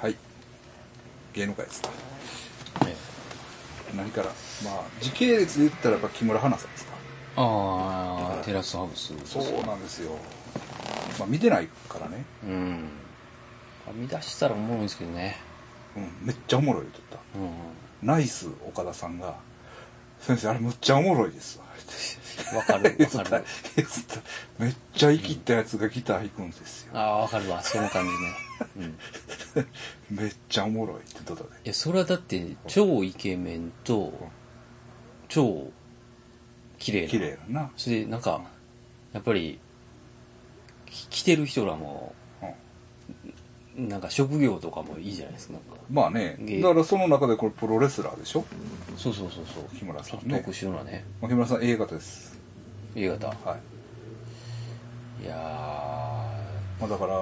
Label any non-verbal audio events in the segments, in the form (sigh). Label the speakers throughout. Speaker 1: はい芸能界ですか
Speaker 2: え
Speaker 1: 何からまあ時系列で言ったらやっぱ木村花さんですか
Speaker 2: ああテラスハウス
Speaker 1: そうなんですよまあ見てないからね
Speaker 2: うんはみ出したらおもろいんですけどね
Speaker 1: うんめっちゃおもろい言うとった
Speaker 2: うん
Speaker 1: ナイス岡田さんが「先生あれむっちゃおもろいですわ」って
Speaker 2: わかる
Speaker 1: 言うと
Speaker 2: わ
Speaker 1: っ
Speaker 2: か
Speaker 1: た
Speaker 2: る
Speaker 1: 言うとった (laughs) めっちゃ生きったやつがギター弾くんです (laughs) よ
Speaker 2: ああわかるわその感じねうん
Speaker 1: めっちゃおもろいって言うとったで
Speaker 2: いやそれはだって超イケメンと超綺麗な
Speaker 1: 綺麗やな
Speaker 2: それでなんかやっぱりき着てる人らも
Speaker 1: うん
Speaker 2: なんか職業とかもいいじゃないですかなんか
Speaker 1: まあね
Speaker 2: 芸
Speaker 1: だからその中でこれプロレスラーでしょ
Speaker 2: そうそうそうそう
Speaker 1: 日村さんね
Speaker 2: ちょっと遠く後ろのね
Speaker 1: 牧村さん A 型です
Speaker 2: A 型
Speaker 1: はい、
Speaker 2: いや
Speaker 1: まあ、だから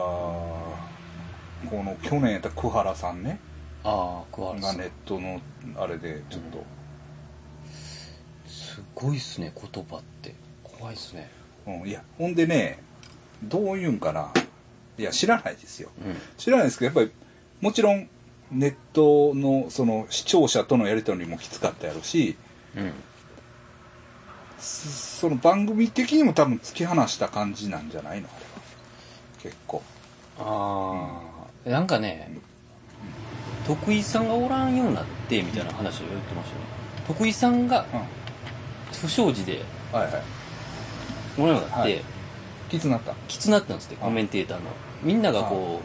Speaker 1: この去年やった久原さんね
Speaker 2: ーあー桑原
Speaker 1: が
Speaker 2: さん
Speaker 1: ネットのあれでちょっと、
Speaker 2: すごいっすね言葉って怖いっすね
Speaker 1: うんいやほんでねどういうんかないや知らないですよ
Speaker 2: うん
Speaker 1: 知らないですけどやっぱりもちろんネットのその視聴者とのやり取りもきつかったやろうし
Speaker 2: うん
Speaker 1: そその番組的にも多分突き放した感じなんじゃないのあれは結構
Speaker 2: ああ、なんかね、徳井さんがおらんようになって、みたいな話を言ってましたよね。徳井さんが
Speaker 1: うん
Speaker 2: 不祥事で
Speaker 1: はいはい
Speaker 2: おらんようになっ
Speaker 1: は
Speaker 2: て、
Speaker 1: いきつなった
Speaker 2: きつなったんですって、
Speaker 1: あ
Speaker 2: コメンテーターの。みんながこ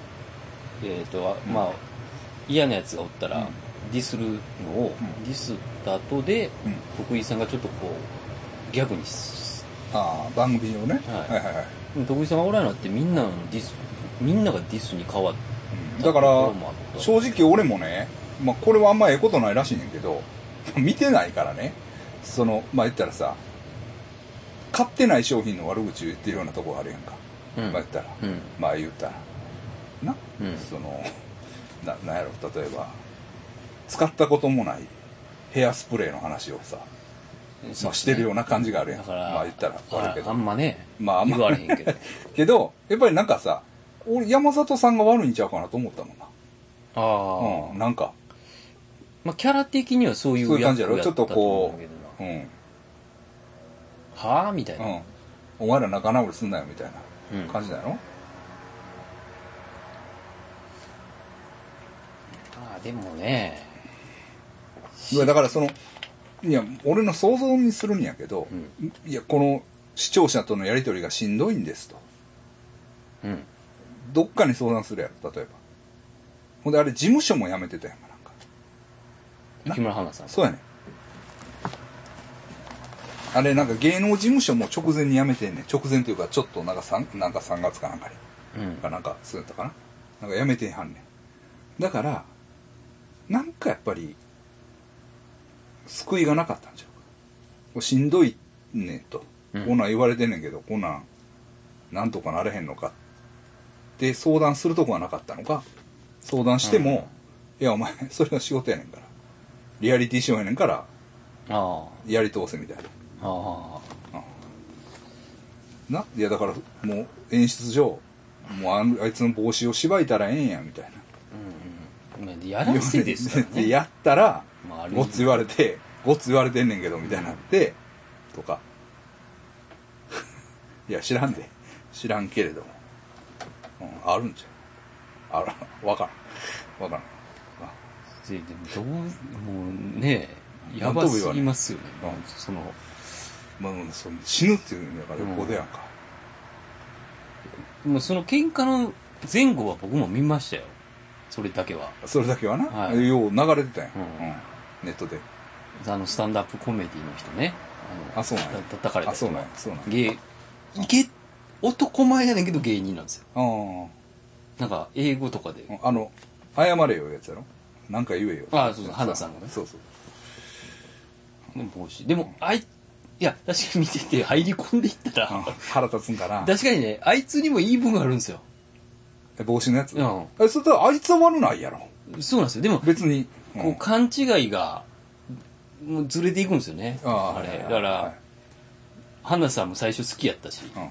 Speaker 2: う、えっ、と、あまあ、嫌な奴がおった
Speaker 1: うん
Speaker 2: ら、ディスるのを、
Speaker 1: うん
Speaker 2: ディスった後で、
Speaker 1: うん
Speaker 2: 徳井さんがちょっとこう、ギャグにし、
Speaker 1: ああ番組をね、
Speaker 2: はい
Speaker 1: はいはいはい
Speaker 2: 徳井さんがおらんようになって、みんなのディス、みんながディスに変わっ
Speaker 1: うん
Speaker 2: た
Speaker 1: だか
Speaker 2: とこ
Speaker 1: ら
Speaker 2: ろもあった
Speaker 1: 正直俺もね、まあ、これはあんまええことないらしいねんけど (laughs) 見てないからねそのまあ言ったらさ買ってない商品の悪口言ってるようなとこあるやんか、
Speaker 2: うん
Speaker 1: まあ言ったら、
Speaker 2: うん
Speaker 1: まあ言ったらな、
Speaker 2: うん
Speaker 1: そのななんやろ例えば使ったこともないヘアスプレーの話をさ、まあ、してるような感じがあるやん
Speaker 2: だから、
Speaker 1: まあ言ったら悪いけ
Speaker 2: ああ
Speaker 1: ど
Speaker 2: んまね、
Speaker 1: まああんま
Speaker 2: 言われへん
Speaker 1: (laughs)
Speaker 2: けど。
Speaker 1: けどやっぱりなんかさ俺山里さんが悪いんちゃうかなと思ったもんな
Speaker 2: ああ、
Speaker 1: うん、なんか
Speaker 2: まあキャラ的にはそういう
Speaker 1: そういう感
Speaker 2: 役
Speaker 1: じ
Speaker 2: や
Speaker 1: やろ
Speaker 2: った
Speaker 1: ちょっと
Speaker 2: と思
Speaker 1: こ
Speaker 2: うんだけどな
Speaker 1: う、うん、
Speaker 2: はあみたいな。
Speaker 1: うん、お前ら仲直りすんなよみたい
Speaker 2: うん
Speaker 1: な感じだよ、
Speaker 2: ああ、でもね、
Speaker 1: いやだからそのいや俺の想像にするんやけど、いやこの視聴者とのやり取りがしんどいんですと
Speaker 2: うん。
Speaker 1: どっかに相談するやろ例えばほんであれ事務所も辞めてたやんかなんか
Speaker 2: 木村花さん。
Speaker 1: そうやねんあれなんか芸能事務所も直前に辞めてんねん直前というかちょっとなんか 3, なんか3月かなんかに
Speaker 2: うん。
Speaker 1: かなんかそうやったかななんかやめてはんねんだからなんかやっぱり救いがなかったんじゃうかこれしんどいねんと、
Speaker 2: うん
Speaker 1: こんなん言われてんねんけどこんなんなんとかなれへんのかって相談するとこはなかったのか相談しても、いやお前それが仕事やねんからリアリティショーやねんから
Speaker 2: あ
Speaker 1: やり通せみたいな
Speaker 2: あ、ああ。
Speaker 1: ないやだからもう演出上もうあんあいつの帽子をしばいたらええんやみたいな
Speaker 2: うんうん。まあやらせですから
Speaker 1: で
Speaker 2: ね。
Speaker 1: やったら、
Speaker 2: まあある意
Speaker 1: ご
Speaker 2: 味
Speaker 1: っつ言われて、ごっつ言われてんねんけど、みたいになって、とか。 (laughs) いや、知らんで。知らんけれども。うん、あるんじゃう。あら、わからん。わからん。
Speaker 2: ででもどう、もうね、や
Speaker 1: なん
Speaker 2: ば
Speaker 1: とも
Speaker 2: す
Speaker 1: 言われ
Speaker 2: ぎ
Speaker 1: ん
Speaker 2: ますよね。
Speaker 1: うん
Speaker 2: その、
Speaker 1: まあ、その死ぬっていうんだから横でやんか。
Speaker 2: もうその喧嘩の前後は僕も見ましたよ。それだけは。
Speaker 1: それだけはな、
Speaker 2: はい
Speaker 1: よう流れてたやん。
Speaker 2: うん
Speaker 1: うんネットで。
Speaker 2: あの、スタンダップコメディの人ね。の
Speaker 1: あそうなんや
Speaker 2: た叩かれた
Speaker 1: あ、
Speaker 2: 人
Speaker 1: そう
Speaker 2: が
Speaker 1: なんや。そうなんや。
Speaker 2: 芸、芸、男前やねんけど芸人なんですよ。
Speaker 1: あ
Speaker 2: なんか、英語とかで。
Speaker 1: あ。あの、謝れよ、やつやろ。なんか言えよ。
Speaker 2: あそうそう花さんがね
Speaker 1: そうそう。
Speaker 2: 帽子。でも、あい、いや、確かに見てて入り込んでいった
Speaker 1: うん
Speaker 2: ら、
Speaker 1: 腹立つんかな。
Speaker 2: 確かにね、あいつにもいい分があるんですよ。
Speaker 1: え帽子のやつ、
Speaker 2: うん
Speaker 1: えそれとあいつは悪ないやろ
Speaker 2: そうなんですよ。でも、 (laughs) こ
Speaker 1: 別に、うん
Speaker 2: う、勘違いが、もうずれていくんですよね。あ
Speaker 1: はいは
Speaker 2: れ。だ
Speaker 1: い
Speaker 2: か
Speaker 1: は
Speaker 2: ら
Speaker 1: い、
Speaker 2: 花さんも最初好きやったし。
Speaker 1: うん、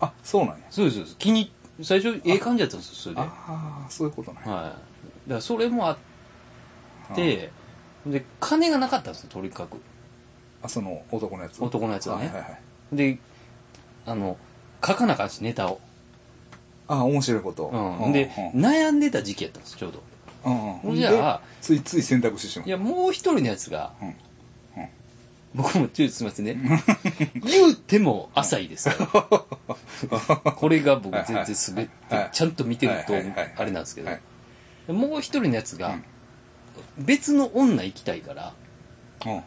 Speaker 1: あそうなんや
Speaker 2: そうです、そうです。気に、最初、ええ感じやったんですよ、それで。
Speaker 1: ああそういうことね、
Speaker 2: はからそれもあって、で、金がなかったんですよ、とにかく。
Speaker 1: あその男のやつ
Speaker 2: 男のやつはね
Speaker 1: はいはいはい
Speaker 2: で、あの、書かなあかんし、ネタを。
Speaker 1: あ面白いこと
Speaker 2: うん。で、
Speaker 1: うん
Speaker 2: 悩んでた時期やったんです、ちょうど。
Speaker 1: うんうん
Speaker 2: じゃあ
Speaker 1: でついつい選択してしまう
Speaker 2: いや、もう一人のやつが、
Speaker 1: うんうん
Speaker 2: 僕もちょっとすみませんね。 (laughs) 言うても浅
Speaker 1: (laughs)
Speaker 2: いですから。これが僕全然滑って
Speaker 1: はいはい、
Speaker 2: ちゃんと見てると
Speaker 1: はいはいはい、
Speaker 2: あれなんですけど
Speaker 1: はい、
Speaker 2: もう一人のやつ
Speaker 1: う
Speaker 2: が
Speaker 1: ん、
Speaker 2: 別の女行きたいから、
Speaker 1: うん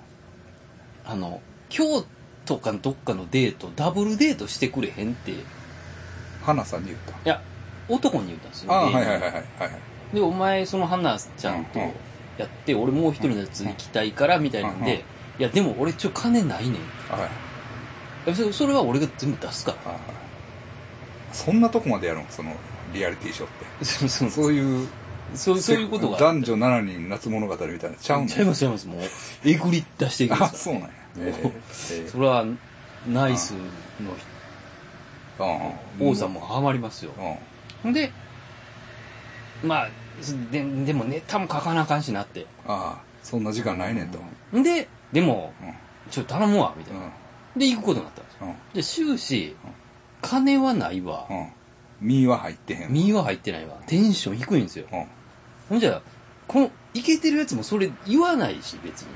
Speaker 2: あの、今日とかどっかのデート、ダブルデートしてくれへんって、い
Speaker 1: 花さんに言った
Speaker 2: や、男に言ったんですよ。
Speaker 1: あ
Speaker 2: 芸人
Speaker 1: はい
Speaker 2: に
Speaker 1: はいはいはいはい
Speaker 2: で、お前、その花ちゃんとやって、俺もう一人のやつ行きたいから、みたいなん
Speaker 1: うん
Speaker 2: で、いや、でも俺ちょ、金ないねん。
Speaker 1: はい
Speaker 2: えそそれは俺が全部出すから
Speaker 1: はいそんなとこまでやるのそのリアリティショーって (laughs)
Speaker 2: そうそうそ
Speaker 1: そういう
Speaker 2: うそういうことが
Speaker 1: 男女7人夏物語みたいなちゃうの
Speaker 2: ちゃいますちゃいますもうえぐり出していくんで
Speaker 1: あ
Speaker 2: すから
Speaker 1: そうなんや
Speaker 2: もう
Speaker 1: ええ
Speaker 2: それはナイスの
Speaker 1: うん
Speaker 2: 王さんもハマりますよ
Speaker 1: う、ん
Speaker 2: ん、でまあででもネタも書かなあかんしなって
Speaker 1: ああそんな時間ないねんと
Speaker 2: んででも
Speaker 1: うん
Speaker 2: ちょっと頼むわみた
Speaker 1: う
Speaker 2: い
Speaker 1: ん
Speaker 2: なで行くことになったんですよ
Speaker 1: うん
Speaker 2: で終始金はないわ
Speaker 1: うん身は入ってへん
Speaker 2: 身は入ってないわテンション低いんですよ
Speaker 1: うん
Speaker 2: ほんじゃこのイケてるやつもそれ言わないし別に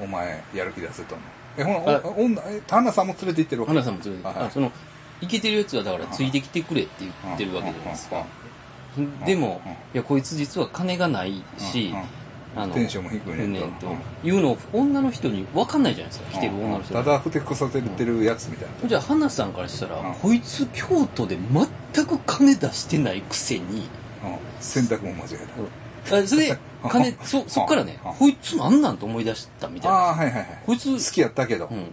Speaker 1: お前やる気出せと思うえほ
Speaker 2: あ
Speaker 1: らお女え旦那さんも連れて行ってるわけ
Speaker 2: 花さんも連れて、
Speaker 1: はいはい
Speaker 2: あそのイケてるやつはだからついてきてくれって言ってるわけじゃないですか、
Speaker 1: ん
Speaker 2: でも、
Speaker 1: うん
Speaker 2: いやこいつ実は金がない
Speaker 1: う
Speaker 2: し、
Speaker 1: んうん
Speaker 2: あの
Speaker 1: テンションも低いねんと
Speaker 2: うんと
Speaker 1: うん
Speaker 2: いうのを女の人に分かんないじゃないですか来てる女の人
Speaker 1: た
Speaker 2: に
Speaker 1: だふてくさせてるやつみたいな
Speaker 2: じゃあ花さんからしたら、
Speaker 1: うん
Speaker 2: こいつ京都で全く金出してないくせに
Speaker 1: うん選択も間違え
Speaker 2: あ
Speaker 1: (laughs)
Speaker 2: それで金
Speaker 1: うん
Speaker 2: そそっからね、
Speaker 1: うん
Speaker 2: こいつなんなんと思い出したみた
Speaker 1: た
Speaker 2: いな
Speaker 1: ああはいはいはい
Speaker 2: こいつ
Speaker 1: 好きやったけど
Speaker 2: うん、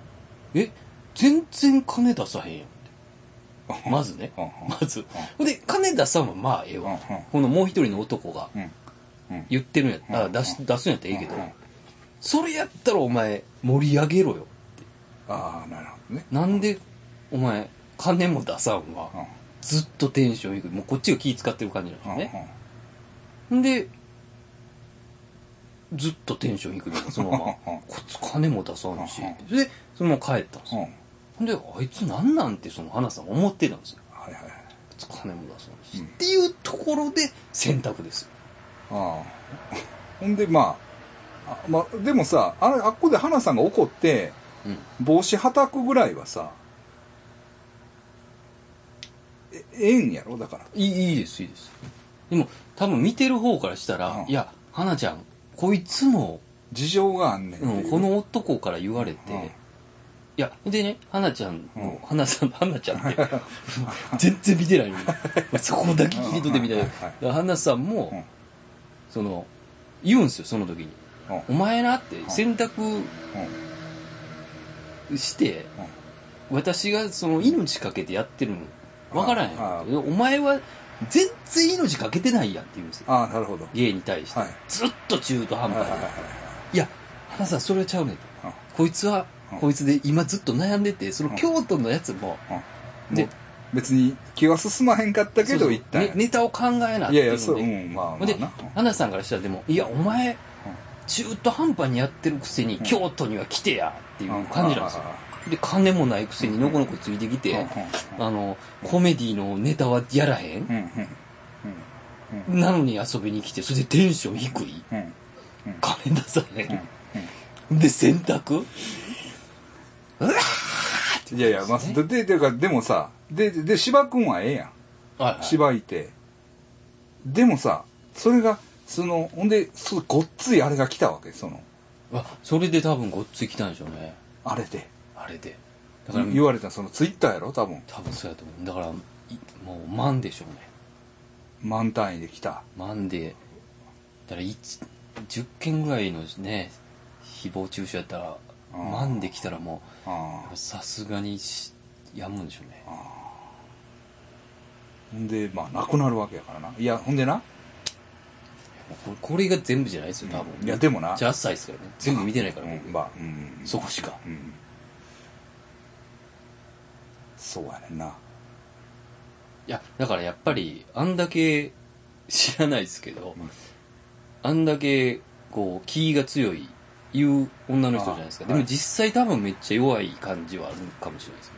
Speaker 2: え全然金出さへんやんってまずね
Speaker 1: うんうん
Speaker 2: まずほんで金出さんはまあええ
Speaker 1: うんう
Speaker 2: わ
Speaker 1: ん
Speaker 2: このもう一人の男が
Speaker 1: うんうん
Speaker 2: 言ってるんやったら
Speaker 1: うん
Speaker 2: 出し出すんやったらええけど
Speaker 1: うんうん
Speaker 2: それやったらお前盛り上げろよ
Speaker 1: ああなるほどね
Speaker 2: なんでお前金も出さん
Speaker 1: う
Speaker 2: わ
Speaker 1: ん
Speaker 2: ずっとテンション低いもうこっちが気使ってる感じなんです
Speaker 1: う
Speaker 2: よ
Speaker 1: ん
Speaker 2: ねんでずっとテンション低いのそのまま
Speaker 1: (laughs) うん
Speaker 2: こいつ金も出さんし
Speaker 1: うん
Speaker 2: でそのまま帰ったんです
Speaker 1: うん
Speaker 2: よ
Speaker 1: うん
Speaker 2: ほんであいつなんなんてその花さん思ってたんですよ
Speaker 1: はいはいはい
Speaker 2: 金も出さないし、
Speaker 1: うん
Speaker 2: っていうところで選択ですよ
Speaker 1: ああほんでまああまあでもさあれあっこで花さんが怒って
Speaker 2: うん
Speaker 1: 帽子はたくぐらいはさえええんやろだから
Speaker 2: いいいいですいいですでも多分見てる方からしたら、
Speaker 1: うん
Speaker 2: いや花ちゃんこいつも、
Speaker 1: 事情があんねんって
Speaker 2: う
Speaker 1: い
Speaker 2: ん
Speaker 1: う
Speaker 2: この男から言われて、
Speaker 1: うん
Speaker 2: いやでね花ちゃんの、
Speaker 1: うん
Speaker 2: 花さん花ちゃんって (laughs) 全然見てないのにそこだけ切り取ってみたいな
Speaker 1: うんはいはいは
Speaker 2: だ
Speaker 1: い
Speaker 2: から花さんも、
Speaker 1: うん
Speaker 2: その言うんですよその時に
Speaker 1: うん
Speaker 2: 「お前な」って選択
Speaker 1: うん
Speaker 2: して、
Speaker 1: うん
Speaker 2: 私がその命かけてやってるのわからん
Speaker 1: あ
Speaker 2: やんお前は全然命かけてないやんって言うんですよ
Speaker 1: ああなるほど
Speaker 2: 芸に対して、
Speaker 1: はい
Speaker 2: ずっと中途半
Speaker 1: はい
Speaker 2: 端
Speaker 1: はいはい
Speaker 2: で、
Speaker 1: はい
Speaker 2: いや花さんそれはちゃうねんと
Speaker 1: うん
Speaker 2: こいつは、
Speaker 1: うん
Speaker 2: こいつで今ずっと悩んでてその
Speaker 1: うん
Speaker 2: 京都のやつも、
Speaker 1: うん
Speaker 2: で
Speaker 1: もう別に気は進まへんかったけ
Speaker 2: そうそ
Speaker 1: ど
Speaker 2: う
Speaker 1: 行ったん
Speaker 2: ねネタを考えなって
Speaker 1: い
Speaker 2: い
Speaker 1: やいうやそ
Speaker 2: の
Speaker 1: うう
Speaker 2: で
Speaker 1: んまあまあ
Speaker 2: ほんで
Speaker 1: な
Speaker 2: 花さんからしたらでも「いやお前中途半端にやってるくせに
Speaker 1: ん
Speaker 2: 京都には来てや」っていう
Speaker 1: うん
Speaker 2: 感じなんですよで金もないくせにのこのこついてきて、
Speaker 1: う
Speaker 2: あの、コメディのネタはやらへん
Speaker 1: んうんうんうん
Speaker 2: なのに遊びに来て、それでテンション低い
Speaker 1: うんうん
Speaker 2: 金出さへ
Speaker 1: うん
Speaker 2: ん。で、洗濯
Speaker 1: うんいやいやまあででででもさでで芝君はええやん
Speaker 2: はいはい
Speaker 1: 芝居てでもさそれがそのほんでそうごっついあれが来たわけその
Speaker 2: あそれで多分ごっつい来たんでしょうね。
Speaker 1: あれで
Speaker 2: あれで。だから、
Speaker 1: 言われたそのツイッターやろ多分
Speaker 2: 多分そうやと思う。だから、いもう万でしょうね。
Speaker 1: 満単位で来た
Speaker 2: 万で、だから一10件ぐらいのね、誹謗中傷やったら、
Speaker 1: あー
Speaker 2: 万で来たらも
Speaker 1: あ
Speaker 2: う、さすがにしやむんでしょうね。
Speaker 1: あんでまあなくなるわけやからないやほんでな
Speaker 2: これこれが全部じゃないですよ、多
Speaker 1: い
Speaker 2: 分。
Speaker 1: やでもな
Speaker 2: じゃあ、浅いですからね。全部見てないから、
Speaker 1: うん
Speaker 2: 僕。
Speaker 1: まあうん
Speaker 2: そこしか。
Speaker 1: うんそうやねんない
Speaker 2: や、だからやっぱり、あんだけ知らないですけど、
Speaker 1: ん
Speaker 2: あんだけ、こう、気が強い、いう女の人じゃないですか。
Speaker 1: あ
Speaker 2: で
Speaker 1: は
Speaker 2: も
Speaker 1: い
Speaker 2: 実際多分めっちゃ弱い感じはあるかもしれないですね。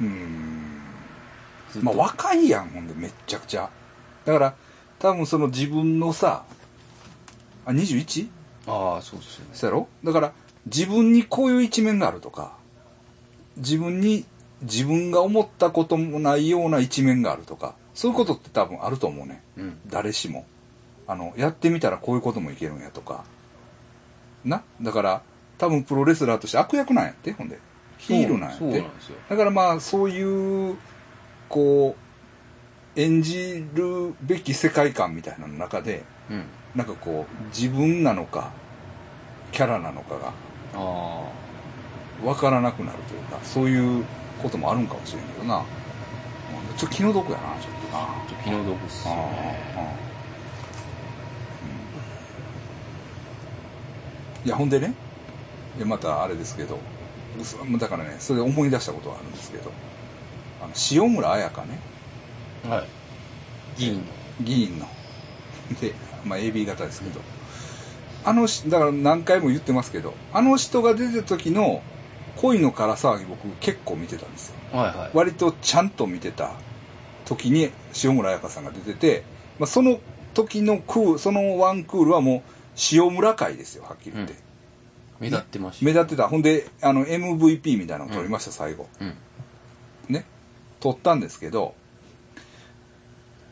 Speaker 1: うん。
Speaker 2: ずっと
Speaker 1: まあ若いやん、ほんで、めっちゃくちゃ。だから、多分その自分のさ、あ、21?
Speaker 2: ああ、そうですよね。
Speaker 1: そうやろだから、自分にこういう一面があるとか、自分に、自分が思ったこともないような一面があるとか、そういうことって多分あると思うね。
Speaker 2: うん。
Speaker 1: 誰しも。あの、やってみたらこういうこともいけるんやとか。なだから、多分プロレスラーとして悪役なんやって、ほんで。ヒールなんやっ
Speaker 2: そうそう
Speaker 1: て
Speaker 2: な。んですよ。
Speaker 1: だからまあそういうこう演じるべき世界観みたいなの中で
Speaker 2: うん。
Speaker 1: なんかこう自分なのかキャラなのかが
Speaker 2: あ
Speaker 1: 分からなくなるというかそういうこともあるんかもしれんけどなうんちょっと気の毒やなちょっとな
Speaker 2: あ、ちょっと気の毒っす
Speaker 1: ああ
Speaker 2: よね。
Speaker 1: ああうんいやほんでねいやまたあれですけどそだからねそれで思い出したことはあるんですけどあの塩村彩香ね
Speaker 2: はい。議員の。
Speaker 1: 議員ので、まあ、AB 型ですけどあのしだから何回も言ってますけどあの人が出てる時の恋のから騒ぎ僕結構見てたんですよ
Speaker 2: はいはい。
Speaker 1: 割とちゃんと見てた時に塩村彩香さんが出てて、まあ、その時のクールそのワンクールはもう塩村会ですよはっきり言って、
Speaker 2: うん目立ってました。
Speaker 1: 目立ってたほんであの MVP みたいなのを取りました、最後
Speaker 2: うん。
Speaker 1: ね取ったんですけど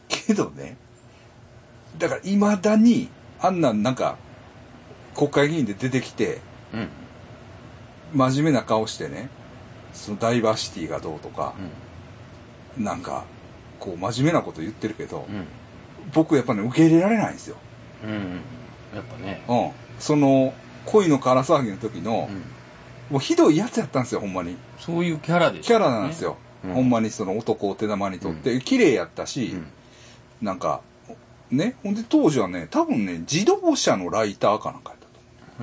Speaker 1: けどねだからいまだにあんなんなんか国会議員で出てきて
Speaker 2: うん。うん。
Speaker 1: 真面目な顔してねそのダイバーシティがどうとか、なんかこう真面目なこと言ってるけど、
Speaker 2: うん。
Speaker 1: 僕やっぱね受け入れられないんですよ、
Speaker 2: うん。やっぱね。
Speaker 1: うん、その恋のから騒ぎの時の
Speaker 2: う、ん。
Speaker 1: もうひどいやつやったんですよほんまに
Speaker 2: そういうキャラでし
Speaker 1: キャラなんです。よ、
Speaker 2: うん
Speaker 1: ほんまにその男を手玉にとって、綺麗やったし、
Speaker 2: うん。
Speaker 1: なんかねほんで当時はね多分ね自動車のライターかなんかやったと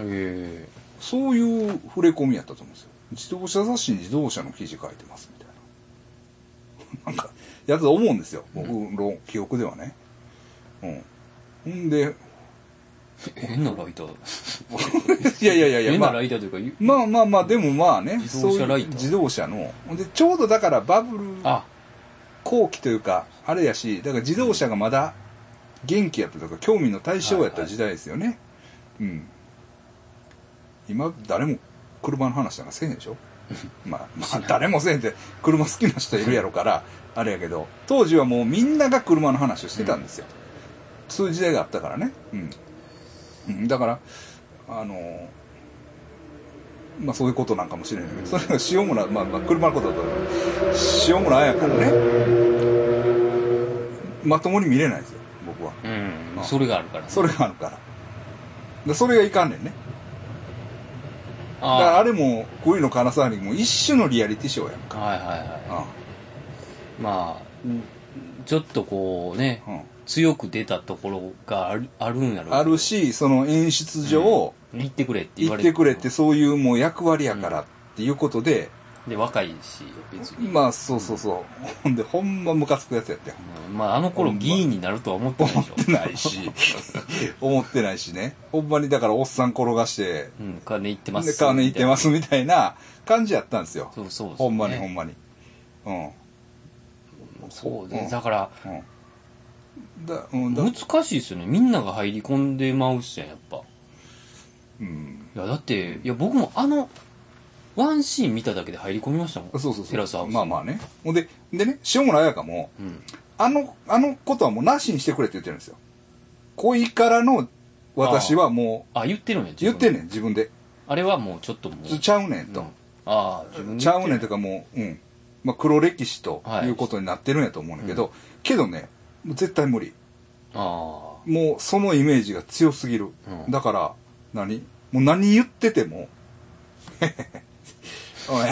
Speaker 1: 思う
Speaker 2: へえ。
Speaker 1: そういう触れ込みやったと思うんですよ自動車雑誌に自動車の記事書いてますみたいな (laughs) なんかやつだと思うんですよ僕の記憶ではねうんほんで
Speaker 2: 変なライタ
Speaker 1: (laughs)
Speaker 2: ー。
Speaker 1: いやいやいやいや
Speaker 2: 変
Speaker 1: ま
Speaker 2: な
Speaker 1: あ
Speaker 2: ライターというかゆ、
Speaker 1: まあまあまあ、でもまあね、
Speaker 2: 自動車ライ
Speaker 1: そういう
Speaker 2: ター
Speaker 1: 自動車の。で、ちょうどだからバブル
Speaker 2: あ、
Speaker 1: 後期というか、あれやし、だから自動車がまだ元気やったとか、興味の対象やった時代ですよね。うん。今、誰も車の話なんかせえへんでし (laughs) ょまあ、まあ、誰もせえへんって、車好きな人いるやろから、あれやけど、当時はもうみんなが車の話をしてたんですよ。そういう時代があったからね。うん。うん、だから、あのーまあそういうことなんかもしれないけど、それが塩村、まあ、まあ車のことだと、塩村彩からね、まともに見れないですよ、僕は。
Speaker 2: うん
Speaker 1: あ。
Speaker 2: それがあるから。
Speaker 1: それがあるから。でそれがいかんねんね。だから
Speaker 2: あ
Speaker 1: あれも、こういうの金沢にも一種のリアリティショーやん。
Speaker 2: あ。はいはいは
Speaker 1: あ
Speaker 2: い。まあ、ちょっとこうね、
Speaker 1: あうん
Speaker 2: 強く出たところがあるあるんやろうけど
Speaker 1: あるし、その演出上、
Speaker 2: 言ってくれって言
Speaker 1: 言
Speaker 2: わ
Speaker 1: っ
Speaker 2: れ
Speaker 1: てくれって、そういうもう役割やからっていうことで、
Speaker 2: で若いし別にま
Speaker 1: まあそうそうそう。ほんで、ほんまムカつくやつやってん。
Speaker 2: あ、あ、の頃議員になるとは思ってないでしょ
Speaker 1: 思ってない
Speaker 2: (laughs)
Speaker 1: し、思ってないしね。ほんまにだからおっさん転がして、
Speaker 2: うん、金いってます
Speaker 1: で、金いってますすみたいな感じやったんですよ。
Speaker 2: そうそうそう、
Speaker 1: ほんまにほんまに。うん。
Speaker 2: そう
Speaker 1: う
Speaker 2: ね
Speaker 1: ん
Speaker 2: だから
Speaker 1: うん。だ、うん、だ、
Speaker 2: 難しいですよねみんなが入り込んでまうっすよやっぱ
Speaker 1: うん。
Speaker 2: いやだっていや僕もあのワンシーン見ただけで入り込みましたもん
Speaker 1: そうそうそう。
Speaker 2: テラスハウス
Speaker 1: まあまあね。ほんで、でね、塩村彩香も、
Speaker 2: うん
Speaker 1: あの、あのことはもうなしにしてくれって言ってるんですよ。恋からの私はもう、
Speaker 2: あ言ってるんや自
Speaker 1: 言
Speaker 2: 分
Speaker 1: ってんねん、自分で。
Speaker 2: あれはもうちょっともう
Speaker 1: ちゃうねんと。
Speaker 2: うんああ自分で
Speaker 1: ちゃうねんとかもう、うん。まあ、黒歴史と
Speaker 2: はい
Speaker 1: いうことになってるんやと思うんだけど、けどね、もう絶対無理。
Speaker 2: あ
Speaker 1: もうそのイメージが強すぎる。
Speaker 2: うん
Speaker 1: だから、何もう何言ってても、 (laughs) おい、おい、おい、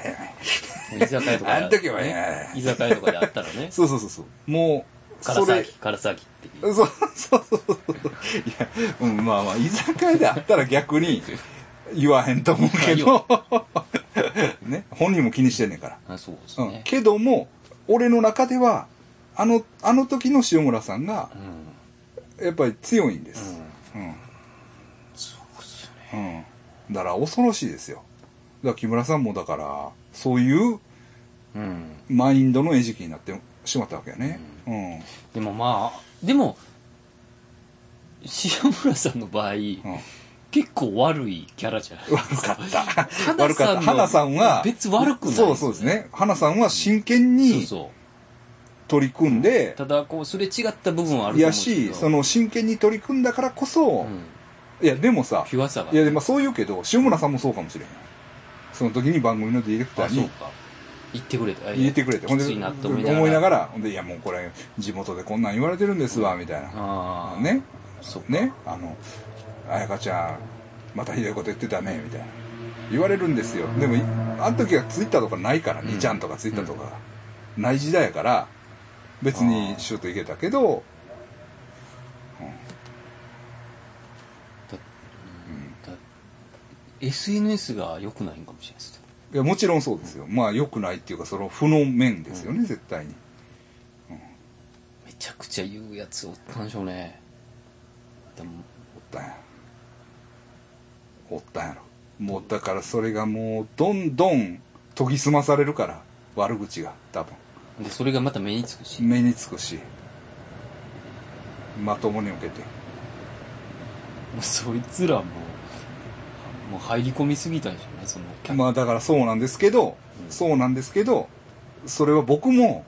Speaker 2: あ居酒屋とかで
Speaker 1: あの時はね
Speaker 2: 居酒屋とかであったらね
Speaker 1: (laughs) そうそうそうそう。もう、
Speaker 2: 唐
Speaker 1: それ
Speaker 2: 崎、唐崎っていう
Speaker 1: そうそうそうそう。いや、うん、まあまあ、居酒屋であったら逆に言わへんと思うけど、 (laughs) ね、本人も気にしてんねんから。
Speaker 2: あそうです
Speaker 1: うん
Speaker 2: ね、
Speaker 1: けども、俺の中では、あの、あの時の塩村さんが
Speaker 2: う、ん
Speaker 1: やっぱり強いんです。うん。
Speaker 2: そうっすよね。
Speaker 1: うん。だから恐ろしいですよ。だから木村さんもだから、そういう
Speaker 2: うん。
Speaker 1: マインドの餌食になってしまったわけやね。うん。
Speaker 2: でもまあ、でも、塩村さんの場合、
Speaker 1: うん。
Speaker 2: 結構悪いキャラじゃない
Speaker 1: 悪かった。
Speaker 2: 花
Speaker 1: 悪
Speaker 2: さ
Speaker 1: か
Speaker 2: ん
Speaker 1: った。
Speaker 2: の
Speaker 1: 花さんは、
Speaker 2: 別悪くない
Speaker 1: そうそうですね。花さんは真剣
Speaker 2: そう
Speaker 1: に
Speaker 2: そ
Speaker 1: 取り組ん
Speaker 2: う。
Speaker 1: で、
Speaker 2: ただ、こう、すれ違った部分はある
Speaker 1: い
Speaker 2: と思う
Speaker 1: や
Speaker 2: んですけど。
Speaker 1: し、その真剣に取り組んだからこ
Speaker 2: う
Speaker 1: そ、
Speaker 2: ん、
Speaker 1: いや、でもさ、
Speaker 2: ピュアさが。
Speaker 1: いや、でもそう言うけど、塩村さんもそうかもしれない。その時に番組のディレクタ
Speaker 2: あ、
Speaker 1: ー
Speaker 2: そう
Speaker 1: に
Speaker 2: か。言ってくれた。
Speaker 1: 入れてくれて、
Speaker 2: き
Speaker 1: で、
Speaker 2: ついなって思いながら。
Speaker 1: 思いながら、ほんで、いや、もうこれ、地元でこんなん言われてるんですわ、みたいな。
Speaker 2: ああ。
Speaker 1: ね。
Speaker 2: そうか。
Speaker 1: ね。あの、彩香ちゃん、またひどいこと言ってたね、みたいな。言われるんですよ。でも、いあの時はツイッターとかないから、
Speaker 2: うん
Speaker 1: 2ちゃんとかツイッターとか、ない時代やから、別にシュートいけたけど、
Speaker 2: だ SNS が良くないんかもしれないです。
Speaker 1: いや、もちろんそうですよ。まあ、良くないっていうか、その負の面ですよね、絶対に。
Speaker 2: めちゃくちゃ言うやつおったんでしょうね。でも
Speaker 1: おったんやおったんやろもうだからそれがもうどんどん研ぎ澄まされるから悪口が多分
Speaker 2: で、それがまた目につくし。
Speaker 1: 目につくしまともに受けて
Speaker 2: もうそいつらもう、もう入り込みすぎたんでしょうね、その客
Speaker 1: まあだからそうなんですけど、
Speaker 2: うん
Speaker 1: そうなんですけどそれは僕も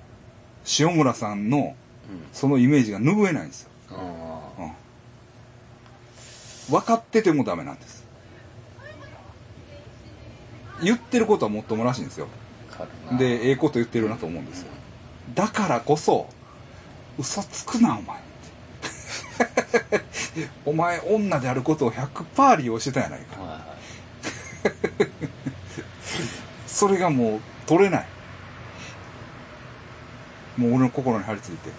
Speaker 1: 塩村さんの
Speaker 2: うん
Speaker 1: そのイメージが拭えないんですよ、
Speaker 2: ああ
Speaker 1: うん、分かっててもダメなんです言ってることはもっともらしいんですよ
Speaker 2: わかるな。
Speaker 1: でええこと言ってるなと思うんですよだからこそ嘘つくなお前って (laughs) お前女であることを100%利用してたやない
Speaker 2: はい
Speaker 1: か
Speaker 2: は
Speaker 1: それがもう取れないもう俺の心に張り付いて
Speaker 2: い。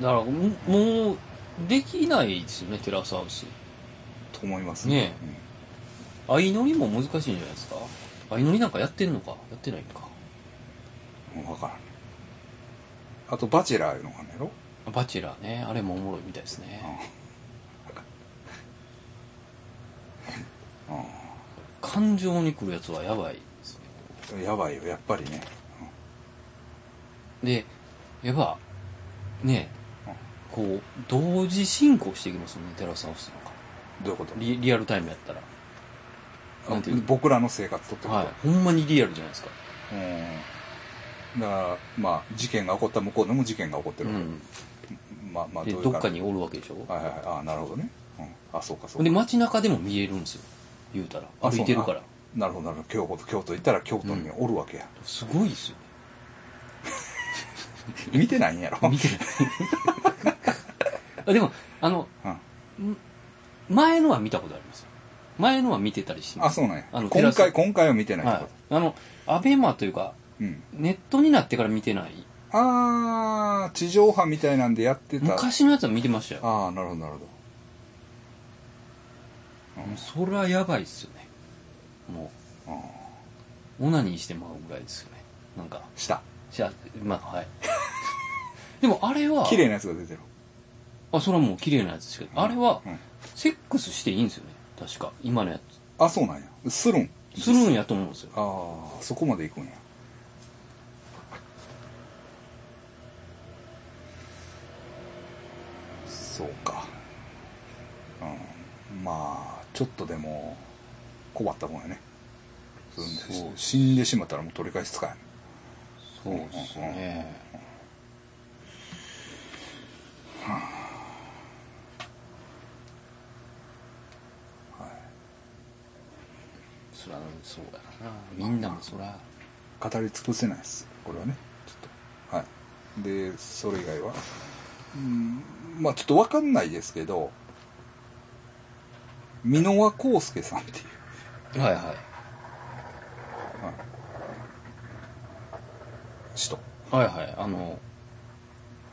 Speaker 2: だから、ももう、できないですよね、テラスハウス。
Speaker 1: と思います
Speaker 2: ね相乗りも難しいんじゃないですか相乗りなんかやってんのかやってないのか
Speaker 1: え、うん、もう分からんあと「バチェラー」いうのがあんねやろ
Speaker 2: バチェラーね、あれもおもろいみたいですね。感情に来るやつはやばいです
Speaker 1: う
Speaker 2: ね。
Speaker 1: んやばいよやっぱりね
Speaker 2: で、やっぱ、ね
Speaker 1: うん、
Speaker 2: こう、同時進行していきますよね、テラスハウスなんか。
Speaker 1: どういうこと
Speaker 2: リリアルタイムやったら。なんていうの
Speaker 1: 僕らの生活とってこと、
Speaker 2: はい。ほんまにリアルじゃないですか。
Speaker 1: うんだからまあ事件が起こった向こうでも事件が起こって
Speaker 2: う
Speaker 1: るわけ、
Speaker 2: ん。
Speaker 1: まあまあ
Speaker 2: で、
Speaker 1: どういう
Speaker 2: どっか
Speaker 1: に
Speaker 2: におるわけでしょ
Speaker 1: はいはいはいああなるほどね、うん、あそうかそう
Speaker 2: で、
Speaker 1: か
Speaker 2: 街中でも見えるんですよ。言うたら。
Speaker 1: あ
Speaker 2: 歩いてるから。
Speaker 1: そうななるほどなるほど京都京都行ったら京都におるわけや、
Speaker 2: すごいですよね。
Speaker 1: 見てないんやろ、
Speaker 2: (laughs) 見てない。 (laughs) あでも、あの、
Speaker 1: うん
Speaker 2: 前のは見たことありますよ前のは見てたりしてま
Speaker 1: (laughs) あ
Speaker 2: す。
Speaker 1: そうなんや
Speaker 2: あの
Speaker 1: 今
Speaker 2: テラ
Speaker 1: 回
Speaker 2: ス
Speaker 1: 今回は見てないって
Speaker 2: は
Speaker 1: こ
Speaker 2: い。あの、アベマというか、
Speaker 1: と、うん
Speaker 2: ネットになってから見てない。
Speaker 1: ああ地上波みたいなんでやってた
Speaker 2: 昔のやつは見てましたよ。
Speaker 1: ああなるほどなるほど
Speaker 2: それはやばいっすよね。も
Speaker 1: あ
Speaker 2: う、オナニーしてまうぐらいですよね。なんか、
Speaker 1: ーした
Speaker 2: じゃあ、まあ、はい。 (laughs) でもあれは、
Speaker 1: 綺麗なやつが出てる
Speaker 2: あ、それはもう綺麗なやつですけど、あれは、
Speaker 1: うん
Speaker 2: セックスしていいんですよね。確か、今のや
Speaker 1: あそうなんやするん
Speaker 2: つ。するんやと思うんですよ。
Speaker 1: ああそこまで行くんやそうかうんまあちょっとでも困ったもんやねそんで
Speaker 2: そう
Speaker 1: 死んでしまったらもう取り返しつかへん
Speaker 2: そうですね。そら、そうだな。みんなもそら、
Speaker 1: 語り尽くせないですこれはねちょっとはいでそれ以外はうんまあちょっと分かんないですけど箕輪康介さんっていう
Speaker 2: はいはい。
Speaker 1: 人
Speaker 2: はいはい、あの、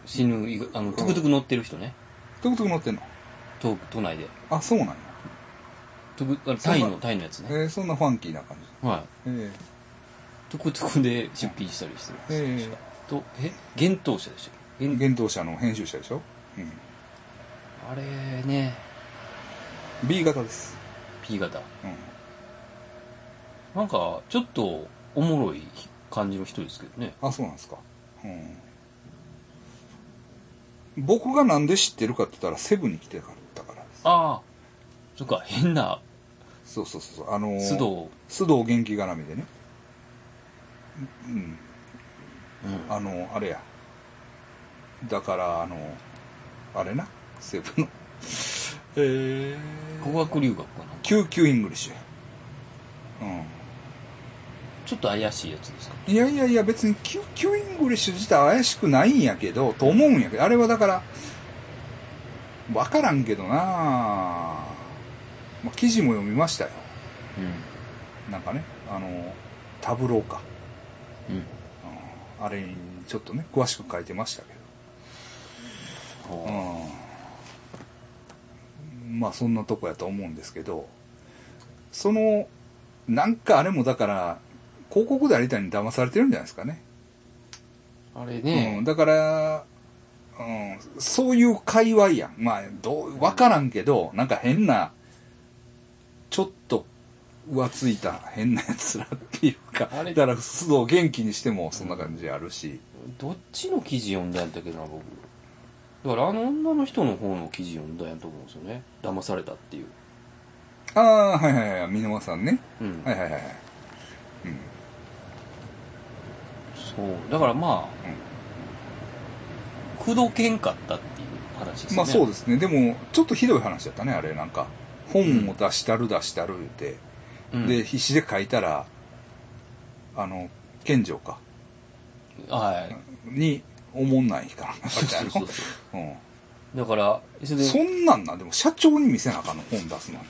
Speaker 2: 死ぬ、いあの、トゥクトゥク乗ってる人ね。
Speaker 1: トクトク乗ってんの
Speaker 2: 都都内で。
Speaker 1: あそうなんや、
Speaker 2: トゥク、あタイの、タイのやつ
Speaker 1: え
Speaker 2: ね。
Speaker 1: ーそんなファンキーな感じ
Speaker 2: は
Speaker 1: え
Speaker 2: い。トゥクトゥクで出勤したりしてる。
Speaker 1: えええ
Speaker 2: とえ幻冬舎でしたっけ幻
Speaker 1: 幻冬舎の編集者でしょ、う
Speaker 2: あれね
Speaker 1: ん、B 型です、
Speaker 2: P 型
Speaker 1: うん、
Speaker 2: なんかちょっとおもろい感じの人ですけどね
Speaker 1: あそうなんですか、うん、僕がなんで知ってるかって言ったらセブンに来てかったからです
Speaker 2: ああそっか変な
Speaker 1: そうそうそうそうあのー
Speaker 2: 須藤
Speaker 1: 須藤元気絡みでねうん
Speaker 2: うん
Speaker 1: あのあれやだからあのあれなセブンのえー
Speaker 2: 語学留学かな
Speaker 1: 救急イングリッシュやうん
Speaker 2: ちょっと怪しいやつですか
Speaker 1: いやいやいや、別にキュキュイングリッシュ自体怪しくないんやけど、と思うんやけど、あれはだから、わからんけどなまあ、記事も読みましたよ。
Speaker 2: う
Speaker 1: なんかね、あの、タブローか。
Speaker 2: んうん
Speaker 1: うんあれにちょっとね、詳しく書いてましたけ
Speaker 2: ほう
Speaker 1: ど。うん。まあ、そんなとこやと思うんですけど、その、なんかあれもだから、広告代理店に騙されてるんじゃないですかね。
Speaker 2: あれ
Speaker 1: うん、
Speaker 2: ね、
Speaker 1: だから、うん、そういう界隈やん。まあ、どう、わからんけど、なんか変な、ちょっと、浮ついた変な奴らっていうか、
Speaker 2: あれ
Speaker 1: だから、須藤元気にしてもそんな感じあるし、
Speaker 2: どっちの記事読んだんだっけどな僕だからあの女の人の方の記事読んだんやと思うんですよね騙されたっていう
Speaker 1: ああ、はいはいはい、箕輪さんね。
Speaker 2: うん、
Speaker 1: はいはいはいはい。
Speaker 2: そうだからまあ、口説けんかったっていう話ですね
Speaker 1: まあそう
Speaker 2: で
Speaker 1: ですね。でも、ちょっとひどい話だったね、あれ、なんか。本を出したる出したる言って、
Speaker 2: うん
Speaker 1: で、必死で書いたら、あの、健丈か、
Speaker 2: はい
Speaker 1: に、おもんないから、み
Speaker 2: そう
Speaker 1: たい
Speaker 2: そう
Speaker 1: な
Speaker 2: そうそ
Speaker 1: (laughs)
Speaker 2: う
Speaker 1: うん
Speaker 2: だからそれで
Speaker 1: そんなんなんでも社長に見せなあかんの本出すのに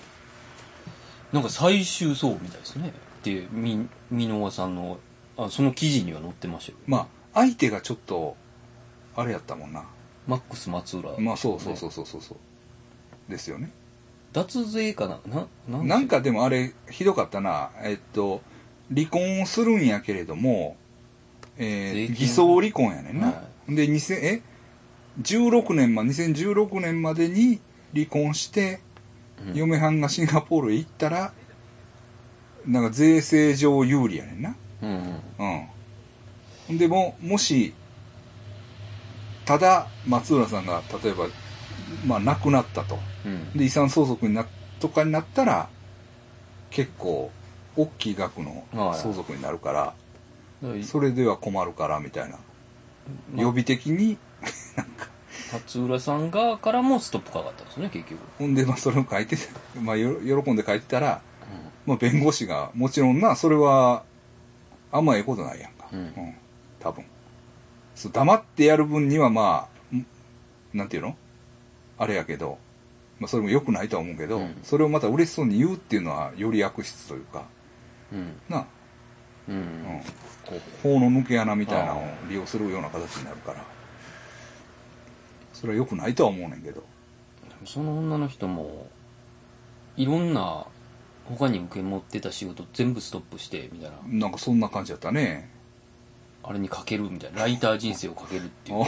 Speaker 2: なんか最終そうみたいですねでみ箕輪さんのあその記事には載ってましたよ
Speaker 1: まあ相手がちょっとあれやったもんな
Speaker 2: マックス松浦、
Speaker 1: まあそうそうそうそうそうそうですよね
Speaker 2: 脱税かなななんで
Speaker 1: なんかでもあれひどかったなえっと離婚をするんやけれども、え
Speaker 2: 税
Speaker 1: ー、
Speaker 2: 金
Speaker 1: 偽装離婚やねんな、
Speaker 2: は
Speaker 1: で2000え16年ま2016年までに離婚して
Speaker 2: うん
Speaker 1: 嫁はんがシンガポールへ行ったらなんか税制上有利やねんな
Speaker 2: うんうん
Speaker 1: うん。でも、もし、ただ、松浦さんが、例えば、まあ、亡くなったと。
Speaker 2: うん
Speaker 1: で、遺産相続にな、とかになったら、結構、大きい額の
Speaker 2: はい
Speaker 1: 相続になるから、
Speaker 2: だから
Speaker 1: それでは困るから、みたいな。
Speaker 2: ま
Speaker 1: 予備的に、
Speaker 2: 松浦さん側からもストップかかったんですね結局、
Speaker 1: ほんで、まあ、それを書いて、 (laughs) まあ、よ喜んで書いてたら、まあ、弁護士が、もちろんな、それは、あんまええことないやんか。
Speaker 2: うん
Speaker 1: 多分。そう、黙ってやる分には、まあ、んなんていうのあれやけど、まあ、それも良くないとは思うけど、
Speaker 2: うん
Speaker 1: それをまた嬉しそうに言うっていうのは、より悪質というか、
Speaker 2: うん
Speaker 1: な、
Speaker 2: うん
Speaker 1: うん。
Speaker 2: うん
Speaker 1: こう、法の抜け穴みたいなのを利用するような形になるから、それは良くないとは思うねんけど。
Speaker 2: その女の人もいろんな他に受け持ってた仕事全部ストップしてみたいな
Speaker 1: なんかそんな感じだったね。
Speaker 2: あれにかけるみたいなライター人生をかけるっていう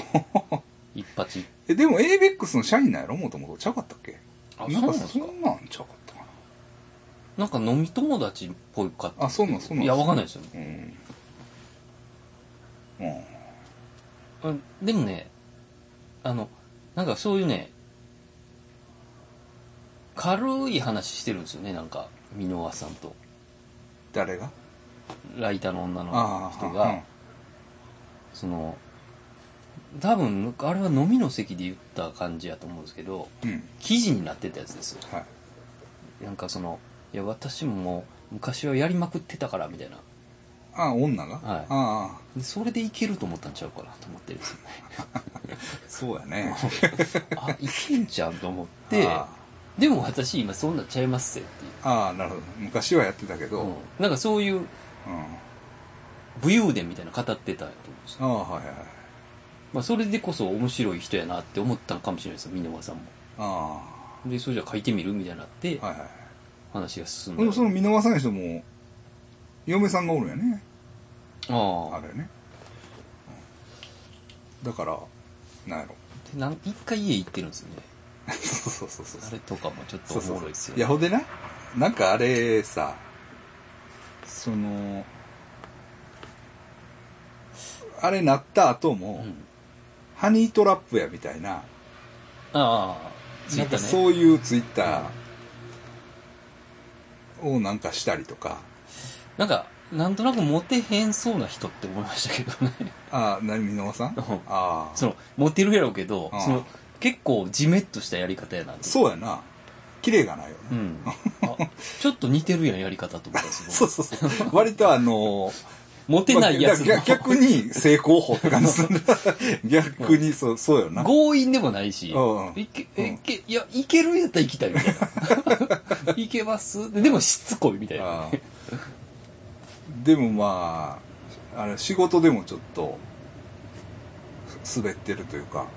Speaker 2: 一発一
Speaker 1: え、でも ABEX の社員なんやろもともとちゃうかったっけ
Speaker 2: (laughs) あ
Speaker 1: なん
Speaker 2: そう
Speaker 1: か
Speaker 2: なんです
Speaker 1: そ
Speaker 2: か
Speaker 1: んなんちゃうかったか
Speaker 2: なんか飲み友達っぽいかった
Speaker 1: あそうなんそうなん
Speaker 2: いやわかんないですよね
Speaker 1: な。うん。うん。
Speaker 2: うんでもねあのなんかそういうね軽い話してるんですよねなんか箕輪さんと
Speaker 1: 誰が
Speaker 2: ライターの女の
Speaker 1: ああ、
Speaker 2: 人
Speaker 1: うん
Speaker 2: が、その多分あれは飲みの席で言った感じやと思うんですけど
Speaker 1: うん。
Speaker 2: 記事になってたやつですよ
Speaker 1: はい。
Speaker 2: なんかそのいや私ももう昔はやりまくってたからみたいな
Speaker 1: ああ、女が
Speaker 2: はい
Speaker 1: ああ、
Speaker 2: でそれでいけると思ったんちゃうかなと思ってるんですよね
Speaker 1: そうやね。
Speaker 2: あいけんちゃうと思って
Speaker 1: あ
Speaker 2: (laughs) でも私今そんなんちゃいますぜっていう
Speaker 1: あああ、なるほど。昔はやってたけど、うん。
Speaker 2: なんかそういう
Speaker 1: あ
Speaker 2: 武勇伝みたいなの語ってたと思うんですよ、
Speaker 1: あ、はいはい。
Speaker 2: まあ、それでこそ面白い人やなって思ったのかもしれないですよ箕輪さんも
Speaker 1: あ
Speaker 2: でそれじゃあ書いてみるみたいになって
Speaker 1: あ、はいはい。
Speaker 2: 話が進ん
Speaker 1: で
Speaker 2: だ、
Speaker 1: もその見逃さない人も、嫁さんがおるんやね。
Speaker 2: ああ
Speaker 1: あれね。だからなんやろ
Speaker 2: でなん一回家行ってるんですよね
Speaker 1: そうそうそうそう
Speaker 2: あれとかもちょっと
Speaker 1: そう
Speaker 2: お
Speaker 1: そう
Speaker 2: も
Speaker 1: そ
Speaker 2: ろ
Speaker 1: う
Speaker 2: いっすよ
Speaker 1: いや
Speaker 2: ね
Speaker 1: ほんでななんかあれさそのあれなった後も、
Speaker 2: うん
Speaker 1: ハニートラップやみたいな
Speaker 2: ああ
Speaker 1: なんか
Speaker 2: ね
Speaker 1: そういうツイッターをなんかしたりとか、
Speaker 2: なんかなんとなくモテへんそうな人って思いましたけどね (laughs)
Speaker 1: ああ、何、箕輪さん
Speaker 2: うん
Speaker 1: ああ、
Speaker 2: そのモテるやろうけど、
Speaker 1: うん
Speaker 2: その結構ジメッとしたやり方やな
Speaker 1: そうやな。綺麗がないよ
Speaker 2: う
Speaker 1: ね。
Speaker 2: んあちょっと似てるやんやり方と思ったんです
Speaker 1: そうそうそう。割とあの、
Speaker 2: 僕モテないやつ
Speaker 1: まあ
Speaker 2: の
Speaker 1: 逆逆に成功法って感じ
Speaker 2: (laughs)
Speaker 1: する。逆に、そう、そうよな。
Speaker 2: 強引でもないし、
Speaker 1: うん
Speaker 2: いけ、いけ、いや、いけるんやったら行きたいみた
Speaker 1: (laughs)
Speaker 2: いな。いけますでもしつこいみたいな
Speaker 1: あ。ーでもまああれ仕事でもちょっとす滑ってるというか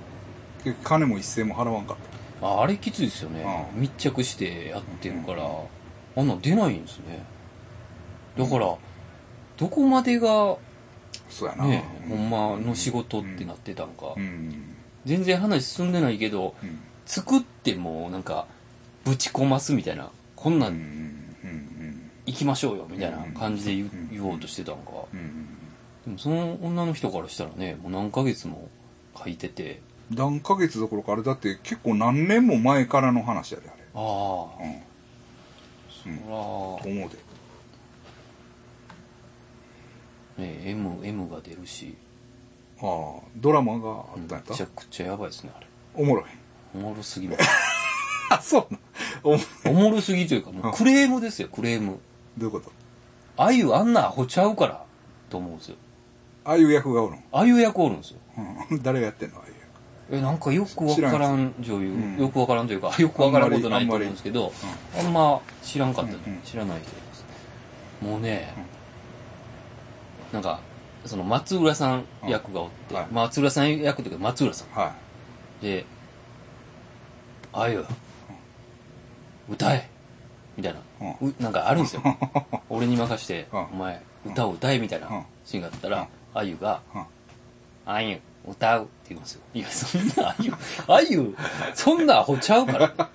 Speaker 1: 結局金も一銭も払わんかっ
Speaker 2: ああれきついですよね。
Speaker 1: うん
Speaker 2: 密着してやってるから、あんなん出ないんですね。だから、どこまでが、
Speaker 1: たそうやな、
Speaker 2: ね、
Speaker 1: う
Speaker 2: ほんまの仕事ってなってたんか
Speaker 1: う。ん
Speaker 2: 全然話進んでないけど、
Speaker 1: うん
Speaker 2: 作ってもなんか、ぶち込ますみたいな。こんな
Speaker 1: うんうん
Speaker 2: ん
Speaker 1: うん
Speaker 2: 行きましょうよみたいな感じで言,、
Speaker 1: うん
Speaker 2: 言おうとしてたんか。
Speaker 1: うんうん
Speaker 2: でもその女の人からしたらね、もう何ヶ月も書いてて、
Speaker 1: 何ヶ月どころかあれだって結構何年も前からの話やであ
Speaker 2: ああ、ほ
Speaker 1: れうん、うん、
Speaker 2: ら、
Speaker 1: と思うで
Speaker 2: ね、M、M が出るし、
Speaker 1: ああドラマがあったんやった、
Speaker 2: めちゃくちゃやばいですね、あれ。
Speaker 1: おもろい
Speaker 2: おもろすぎる。
Speaker 1: (laughs)
Speaker 2: (laughs)
Speaker 1: あそうなおも
Speaker 2: おもろすぎというか、もうクレームですよ、クレーム。
Speaker 1: どういうこと
Speaker 2: あゆあんなアホちゃうから、と思うんですよ。
Speaker 1: ああいう役がおるの
Speaker 2: あゆ役おるんですよ。
Speaker 1: うん誰がやってんのああいう役
Speaker 2: え、なんかよくわからん女優、
Speaker 1: うん
Speaker 2: よくわからんというか、よくわからんことな
Speaker 1: あ
Speaker 2: い
Speaker 1: ん
Speaker 2: と
Speaker 1: まり
Speaker 2: 思うんですけど、あんま知らんかったね、
Speaker 1: うんうん
Speaker 2: 知らない人ですもうね、なんかその松浦さん役がおっ
Speaker 1: う
Speaker 2: て、
Speaker 1: んはい
Speaker 2: 松浦さん役というか松浦さん
Speaker 1: は
Speaker 2: で「あゆ、歌え」みたいな、
Speaker 1: う
Speaker 2: うなんかあるん
Speaker 1: (laughs)
Speaker 2: ですよ俺に任して、
Speaker 1: うん
Speaker 2: お前歌を歌え」みたいな
Speaker 1: うん
Speaker 2: シーンがあったら、
Speaker 1: うん
Speaker 2: あゆが「
Speaker 1: い。うん
Speaker 2: あゆ、歌うって言うんですよ。いや、そんな、あゆ、あゆ、そんなアホちゃうから。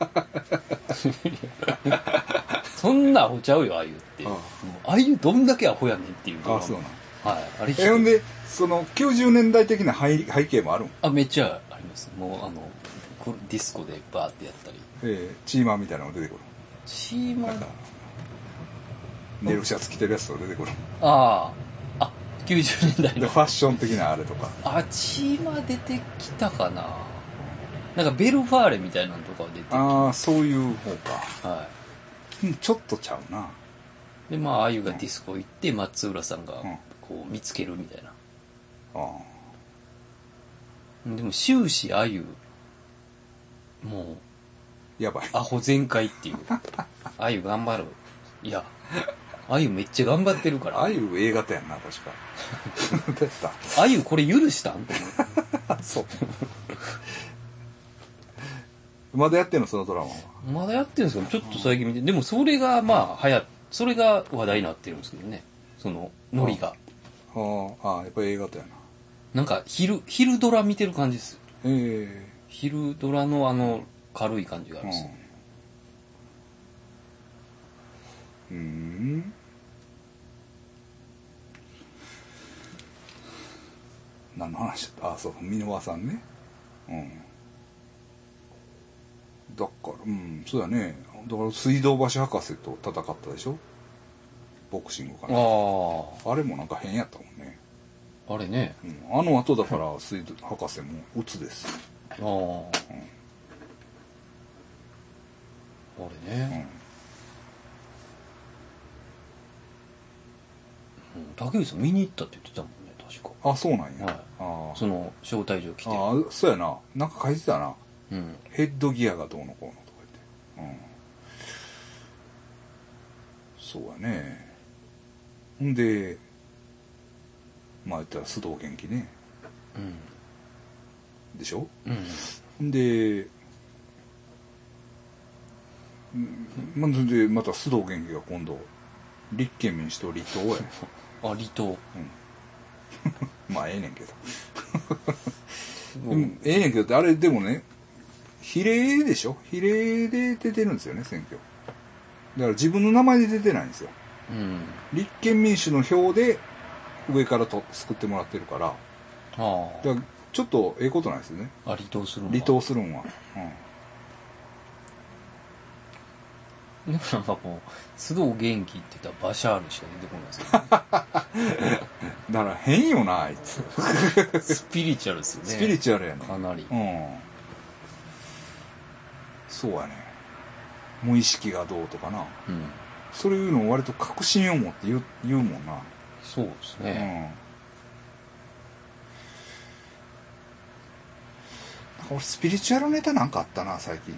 Speaker 2: (laughs) そんなアホちゃうよ、あゆって。
Speaker 1: ああ
Speaker 2: もうあゆどんだけアホやねんっていうドラマ
Speaker 1: あそうなん
Speaker 2: はい。あれ
Speaker 1: えほんでその90年代的な背背景もあるん
Speaker 2: あ、めっちゃあります。もう、あの、こディスコでバーってやったり。
Speaker 1: えーチーマーみたいなのが出てくる
Speaker 2: シーマン、
Speaker 1: ネイルシャツ着てるやつとか出てくる
Speaker 2: ああ、あ、90年代
Speaker 1: で
Speaker 2: の。
Speaker 1: ファッション的なあれとか
Speaker 2: あ、チーマ出てきたかな。なんかベルファーレみたいなのとかは出てき
Speaker 1: ああそういう方か
Speaker 2: はい。
Speaker 1: うんちょっとちゃうな
Speaker 2: でまああゆがディスコ行って松浦さんが
Speaker 1: うん
Speaker 2: こう見つけるみたいな、
Speaker 1: あ
Speaker 2: でも終始あゆもう
Speaker 1: ーやばい
Speaker 2: アホ全開 (laughs) っていうあゆ頑張るいやあゆめっちゃ頑張ってるから
Speaker 1: ああいう映画やんな確
Speaker 2: (laughs)
Speaker 1: かだった
Speaker 2: あゆこれ許したんって思う
Speaker 1: そうまだやってんのそのドラマは
Speaker 2: まだやってるんですかちょっと最近見てでもそれがまあ流行っそれが話題になってるんですけどねそのノリが
Speaker 1: あーあーやっぱり映画やな
Speaker 2: なんか昼昼ドラ見てる感じです
Speaker 1: え
Speaker 2: 昼ドラのあの軽い感じがあ
Speaker 1: え
Speaker 2: るんですよ、
Speaker 1: うんうん何の話だったあそう箕輪さんねうんだからうんそうだねだから水道橋博士と戦ったでしょボクシングかな
Speaker 2: あ
Speaker 1: あれもなんか変やったもんね、
Speaker 2: ああれね
Speaker 1: うん、あの後だから水道博士も鬱ですよ
Speaker 2: ああ、あれね、うん、竹内さん見に行ったって言ってたもんね確か
Speaker 1: あそうなんや、
Speaker 2: はい
Speaker 1: あー
Speaker 2: その招待状来て
Speaker 1: あーそうやななんか書いてたな
Speaker 2: うん
Speaker 1: ヘッドギアがどうのこうのとか言って、うん、そうやねほんでまあ言ったら須藤元気ね
Speaker 2: うん
Speaker 1: でしょ
Speaker 2: うん
Speaker 1: ほんでうんまあそれでまた須藤元気が今度立
Speaker 2: (laughs)
Speaker 1: 憲民主党立党や、
Speaker 2: あ離島
Speaker 1: うん、まあええねんけど
Speaker 2: も
Speaker 1: う
Speaker 2: うん
Speaker 1: ええねんけどあれでもね比例でしょ比例で出てるんですよね選挙だから自分の名前で出てないんですよ
Speaker 2: うん
Speaker 1: 立憲民主の票で上からと救ってもらってるから
Speaker 2: あ
Speaker 1: だからちょっとええことないですよね
Speaker 2: ああ離党するの
Speaker 1: 離党するんは、うん
Speaker 2: でもなんかもう須藤元気って言ったらバシャールしか出てこないですよ
Speaker 1: だから変よなあいつ、 (laughs)
Speaker 2: ねスピリチュアルですよね
Speaker 1: スピリチュアルやな
Speaker 2: かなり
Speaker 1: うんそうやね無意識がどうとかな
Speaker 2: うん
Speaker 1: そういうのを割と確信を持って言う言うもんな、
Speaker 2: そうですね
Speaker 1: うんなんか俺スピリチュアルネタなんかあったな最近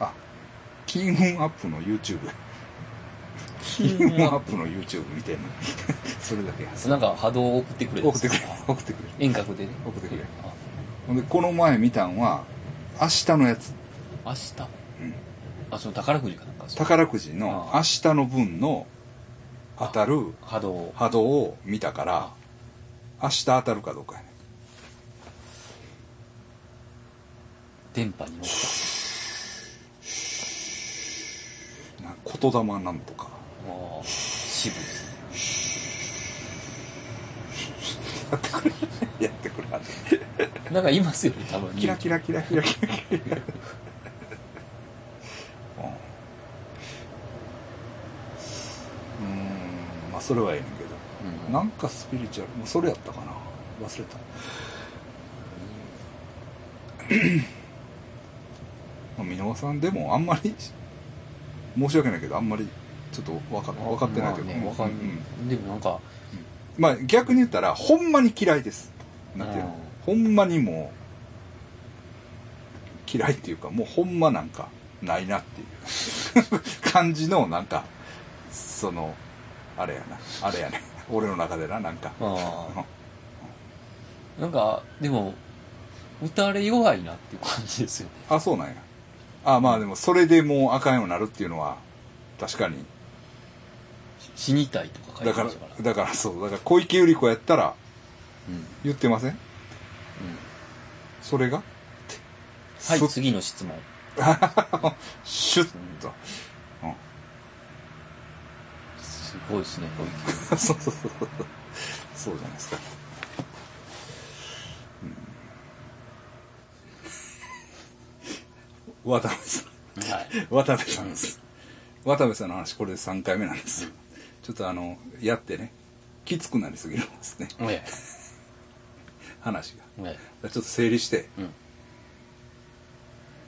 Speaker 1: あキームーンアップの YouTube キームーンアップの YouTube 見てんの (laughs) それだけや
Speaker 2: なんか波動を送ってくれるん
Speaker 1: 送
Speaker 2: で
Speaker 1: っ
Speaker 2: す
Speaker 1: て
Speaker 2: よ
Speaker 1: くれ送ってくれ
Speaker 2: 遠隔でね
Speaker 1: 送ってくれる
Speaker 2: あ
Speaker 1: ほんでこの前見たんは明日のやつ
Speaker 2: 明日、あその宝くじかなんかそう
Speaker 1: 宝くじの
Speaker 2: あ
Speaker 1: 明日の分の当たる
Speaker 2: 波動を
Speaker 1: 波動を見たから明日当たるかどうかやね
Speaker 2: 電波に乗っ
Speaker 1: な言霊なんとか
Speaker 2: たああ渋いですね
Speaker 1: やってくれやってくれ
Speaker 2: なんかいますよね多分
Speaker 1: キラキラキラキラキラキラうんうんまあそれはええねんけど
Speaker 2: うん
Speaker 1: なんかスピリチュアルもうそれやったかな忘れたまあ箕輪さんでもあんまり申し訳ないけどあんまりちょっと分か分かってないけど、
Speaker 2: まあね、わか
Speaker 1: うんうん
Speaker 2: んでもなんか
Speaker 1: まあ逆に言ったらほんまに嫌いですなんていうのほんまにもう嫌いっていうかもうほんまなんかないなっていう (laughs) 感じのなんかそのあれやなあれやね俺の中でななんか
Speaker 2: ああなんかでも打たれ弱いなっていう感じですよね
Speaker 1: あそうなんやあまあでもそれでもうあかんようになるっていうのは確かに
Speaker 2: 死にたいとか書
Speaker 1: だ
Speaker 2: いて
Speaker 1: か
Speaker 2: ま
Speaker 1: ら
Speaker 2: したから
Speaker 1: だからそうだから小池百合子やったら
Speaker 2: うんうん
Speaker 1: 言ってませんそれが
Speaker 2: は
Speaker 1: す
Speaker 2: い次の質問
Speaker 1: (laughs) シュッと、うん
Speaker 2: すごいですね小池
Speaker 1: そうそうそうそう。そうじゃないですか。うん、渡部さん。
Speaker 2: はい
Speaker 1: 渡部さんです。渡部さんの話、これで3回目なんですよ。ちょっとあの、やってね、きつくなりすぎるんですね、
Speaker 2: え
Speaker 1: 話が。
Speaker 2: ええ
Speaker 1: ちょっと整理して、
Speaker 2: えうん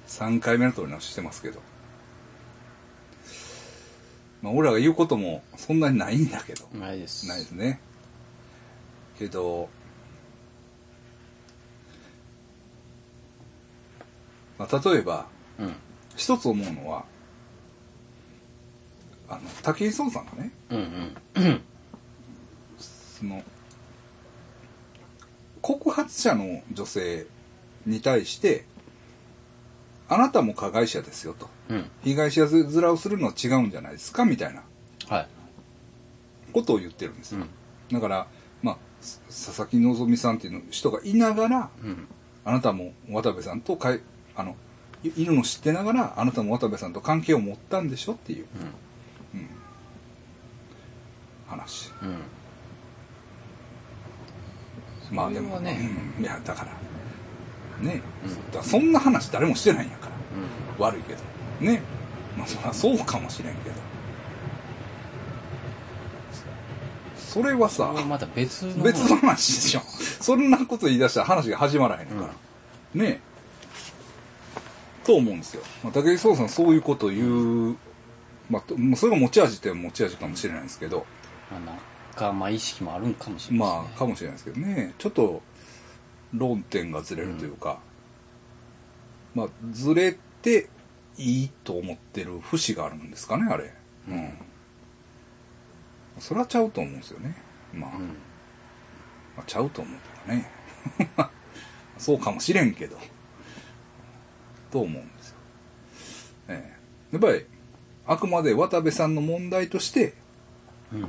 Speaker 1: 3回目の取り直ししてますけど。まあ、俺らが言うこともそんなにないんだけど。
Speaker 2: ないです
Speaker 1: ないですねけど、まあ、例えば
Speaker 2: うん
Speaker 1: 一つ思うのはあの武井壮さんがね
Speaker 2: うん
Speaker 1: その告発者の女性に対してあなたも加害者ですよと
Speaker 2: うんうん
Speaker 1: 被害者面をするのは違うんじゃないですかみたいな
Speaker 2: はい
Speaker 1: ことを言ってるんです
Speaker 2: う
Speaker 1: よ、
Speaker 2: ん
Speaker 1: だから、まあ、す佐々木希さんっていうの人がいながら
Speaker 2: うん
Speaker 1: あなたも渡部さんとかいあのいいるの知ってながらあなたも渡部さんと関係を持ったんでしょっていう話
Speaker 2: うんうん
Speaker 1: まあで
Speaker 2: そ
Speaker 1: も
Speaker 2: れはね
Speaker 1: うんいやだからね、
Speaker 2: うん
Speaker 1: だからそんな話誰もしてないんやから
Speaker 2: う
Speaker 1: 悪いけどねまあそりゃそうかもしれんけどそれはさ
Speaker 2: んこれまた別の
Speaker 1: 別の話でしょそんなこと言い出したら話が始まらへんから、ねえと思うんですよ、まあ、武井壮さんそういうことを言う、まあと、もうそれが持ち味って持ち味かもしれないですけど
Speaker 2: まあ仲間意識もあるんかもしれない
Speaker 1: まあかもしれないですけどねちょっと論点がずれるというか、まあずれていいと思ってる節があるんですかねあれうんそれはちゃうと思うんですよねまあ、
Speaker 2: うん
Speaker 1: まあ、ちゃうと思うとかね (laughs) そうかもしれんけどと思うんですよ、ええやっぱりあくまで渡部さんの問題として
Speaker 2: うん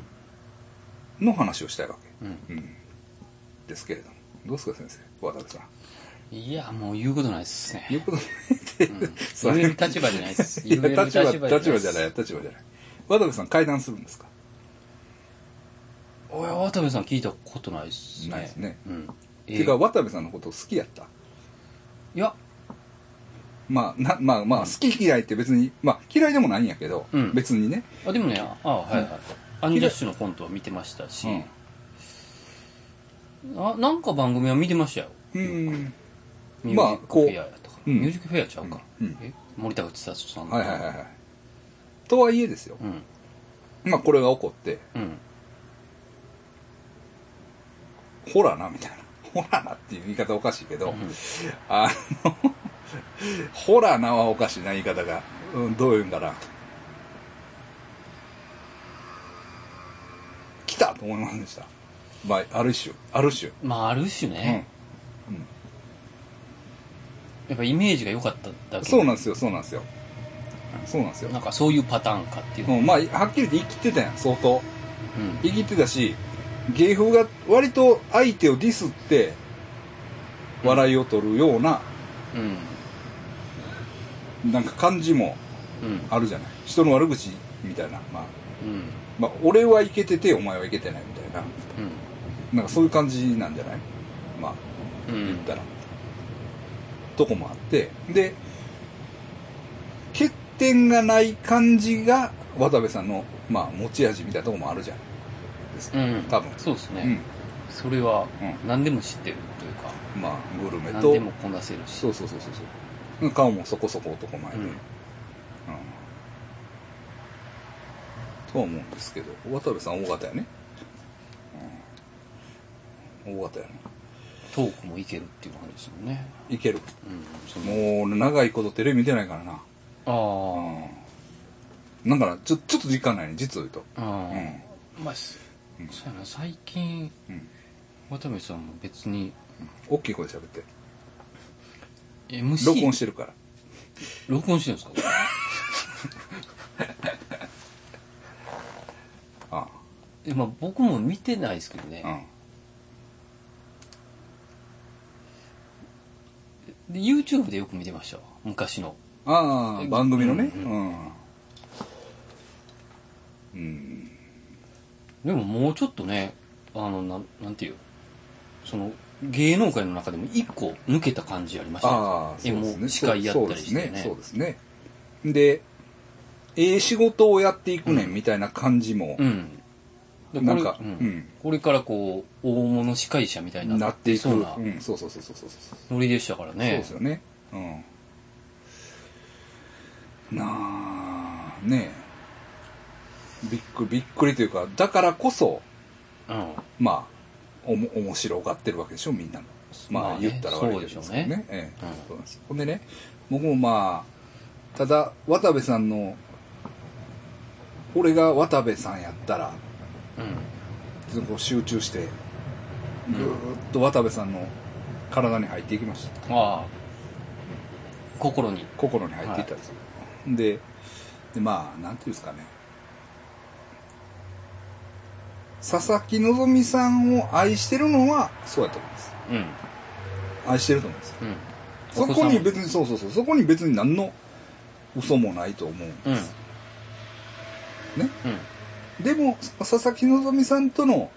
Speaker 1: の話をしたいわ
Speaker 2: うん
Speaker 1: け、うん、ですけれどもどうですか先生渡部さん
Speaker 2: いや、もう言うことないっすね。
Speaker 1: 言うことない
Speaker 2: うん
Speaker 1: そ
Speaker 2: 言
Speaker 1: れ
Speaker 2: える立場じゃないっす。
Speaker 1: (laughs) いや
Speaker 2: 言える
Speaker 1: 立場立場じゃない
Speaker 2: っす。
Speaker 1: 立場じゃない渡部さん会談するんですか
Speaker 2: おい、渡部さん聞いたことないっすね。
Speaker 1: ないっすね
Speaker 2: うん。
Speaker 1: て
Speaker 2: えー
Speaker 1: いうか渡部さんのこと好きやった
Speaker 2: いや、
Speaker 1: まあなまあまあ好き嫌いって別にまあ嫌いでもないんやけど、
Speaker 2: うん
Speaker 1: 別にね
Speaker 2: あでもね、ああはいはい。アンジャッシュのコントは見てましたし、あなんか番組は見てましたよ。
Speaker 1: うん、うん
Speaker 2: ミュージックフェアやった
Speaker 1: まあ
Speaker 2: かな。
Speaker 1: こううん
Speaker 2: ミュージックフェアちゃうか。
Speaker 1: うんうん
Speaker 2: え森高千里さん
Speaker 1: はいはいはいはいとはいえですよ
Speaker 2: う、ん。
Speaker 1: まあこれが起こって
Speaker 2: うん。
Speaker 1: ほらなみたいなほらなっていう言い方おかしいけど、
Speaker 2: うん
Speaker 1: あの (laughs) ほらなはおかしいな言い方が、うん、どういうんかな来たと思いませんでしたまあある種ある種
Speaker 2: まあ、ある種ね、やっぱイメージが良かっただけ
Speaker 1: そうなんですよそうなんですよそうなんですよ
Speaker 2: なんかそういうパターンかっていう。
Speaker 1: うんまあはっきり言って生きてたやん相当
Speaker 2: うん。
Speaker 1: 生きてたし芸風が割と相手をディスって笑いを取るような
Speaker 2: うん。
Speaker 1: なんか感じも
Speaker 2: うん。
Speaker 1: あるじゃない人の悪口みたいな、まあ、
Speaker 2: うん。
Speaker 1: まあ俺はイケててお前はイケてないみたいな
Speaker 2: うん。
Speaker 1: なんかそういう感じなんじゃないまあ
Speaker 2: うん
Speaker 1: 言ったら、とこもあってで欠点がない感じが渡部さんの、まあ、持ち味みたいなとこもあるじゃんですか、
Speaker 2: うん
Speaker 1: 多分
Speaker 2: そうです
Speaker 1: う
Speaker 2: ね、
Speaker 1: ん
Speaker 2: それは
Speaker 1: う
Speaker 2: 何でも知ってるというか、
Speaker 1: まあグルメ
Speaker 2: 何
Speaker 1: と
Speaker 2: でもこなせるし
Speaker 1: そうそうそうそうそう顔もそこそこ男前で、
Speaker 2: う
Speaker 1: うんんとは思うんですけど渡部さん大型やね、うん、大型やね
Speaker 2: トークもいけるっていう感じですもんね、
Speaker 1: いける
Speaker 2: うん、その
Speaker 1: もう長いことテレビ見てないからな
Speaker 2: あ
Speaker 1: うんなんかなちょちょっと実感ないね実を言うと
Speaker 2: あああ、まあ、
Speaker 1: うん
Speaker 2: そうやな最近
Speaker 1: うん
Speaker 2: 渡部さんも別に
Speaker 1: 大きい声で喋って
Speaker 2: MC
Speaker 1: 録音してるから
Speaker 2: 録音してるんですか
Speaker 1: あ
Speaker 2: え、まあ、僕も見てないですけどね
Speaker 1: あ、
Speaker 2: で YouTube でよく見てましたわ昔の
Speaker 1: うん、ああ番組のね
Speaker 2: う
Speaker 1: うんん、うん、
Speaker 2: でももうちょっとねあのなんなんていうその芸能界の中でも一個抜けた感じありました
Speaker 1: ああそうです
Speaker 2: も
Speaker 1: ね
Speaker 2: う司会やったりしてね
Speaker 1: そうですねそうですねでええ仕事をやっていくねんみたいな感じも
Speaker 2: うん。で
Speaker 1: なんか
Speaker 2: これ
Speaker 1: う
Speaker 2: う
Speaker 1: んん
Speaker 2: これからこう、大物司会者みたいにな
Speaker 1: な
Speaker 2: っ
Speaker 1: って
Speaker 2: て
Speaker 1: いく
Speaker 2: そうな
Speaker 1: うん、そうそうそうそうそうそう
Speaker 2: ノリでしたから
Speaker 1: そう
Speaker 2: ね
Speaker 1: です。よね。うん。なあ、ねえ。びっくり、びっくりというか、だからこそ、
Speaker 2: うん。
Speaker 1: まあ、おも、面白がってるわけでしょ、みんなの。
Speaker 2: ま
Speaker 1: ま
Speaker 2: あ
Speaker 1: あ、
Speaker 2: ね
Speaker 1: 言ったら悪いけど
Speaker 2: そうでしょうね
Speaker 1: ええ
Speaker 2: うん
Speaker 1: そうなんです。ほんでね、僕もまあ、ただ、渡部さんの、俺が渡部さんやったら、ちょっとこう集中して、
Speaker 2: うん
Speaker 1: ぐーっと渡部さんの体に入っていきました。
Speaker 2: うん。ああ。心に。
Speaker 1: 心に入っていったんですよ、ででまあなんていうんですかね佐々木希さんを愛してるのはそうやと思います
Speaker 2: うん。
Speaker 1: 愛してると思うんですよ
Speaker 2: うん。
Speaker 1: そ
Speaker 2: お子
Speaker 1: こ
Speaker 2: さん
Speaker 1: に別にそうそうそうそこに別に何の嘘もないと思うん
Speaker 2: うん。
Speaker 1: です、ね
Speaker 2: うん。
Speaker 1: でも佐々木希さんとの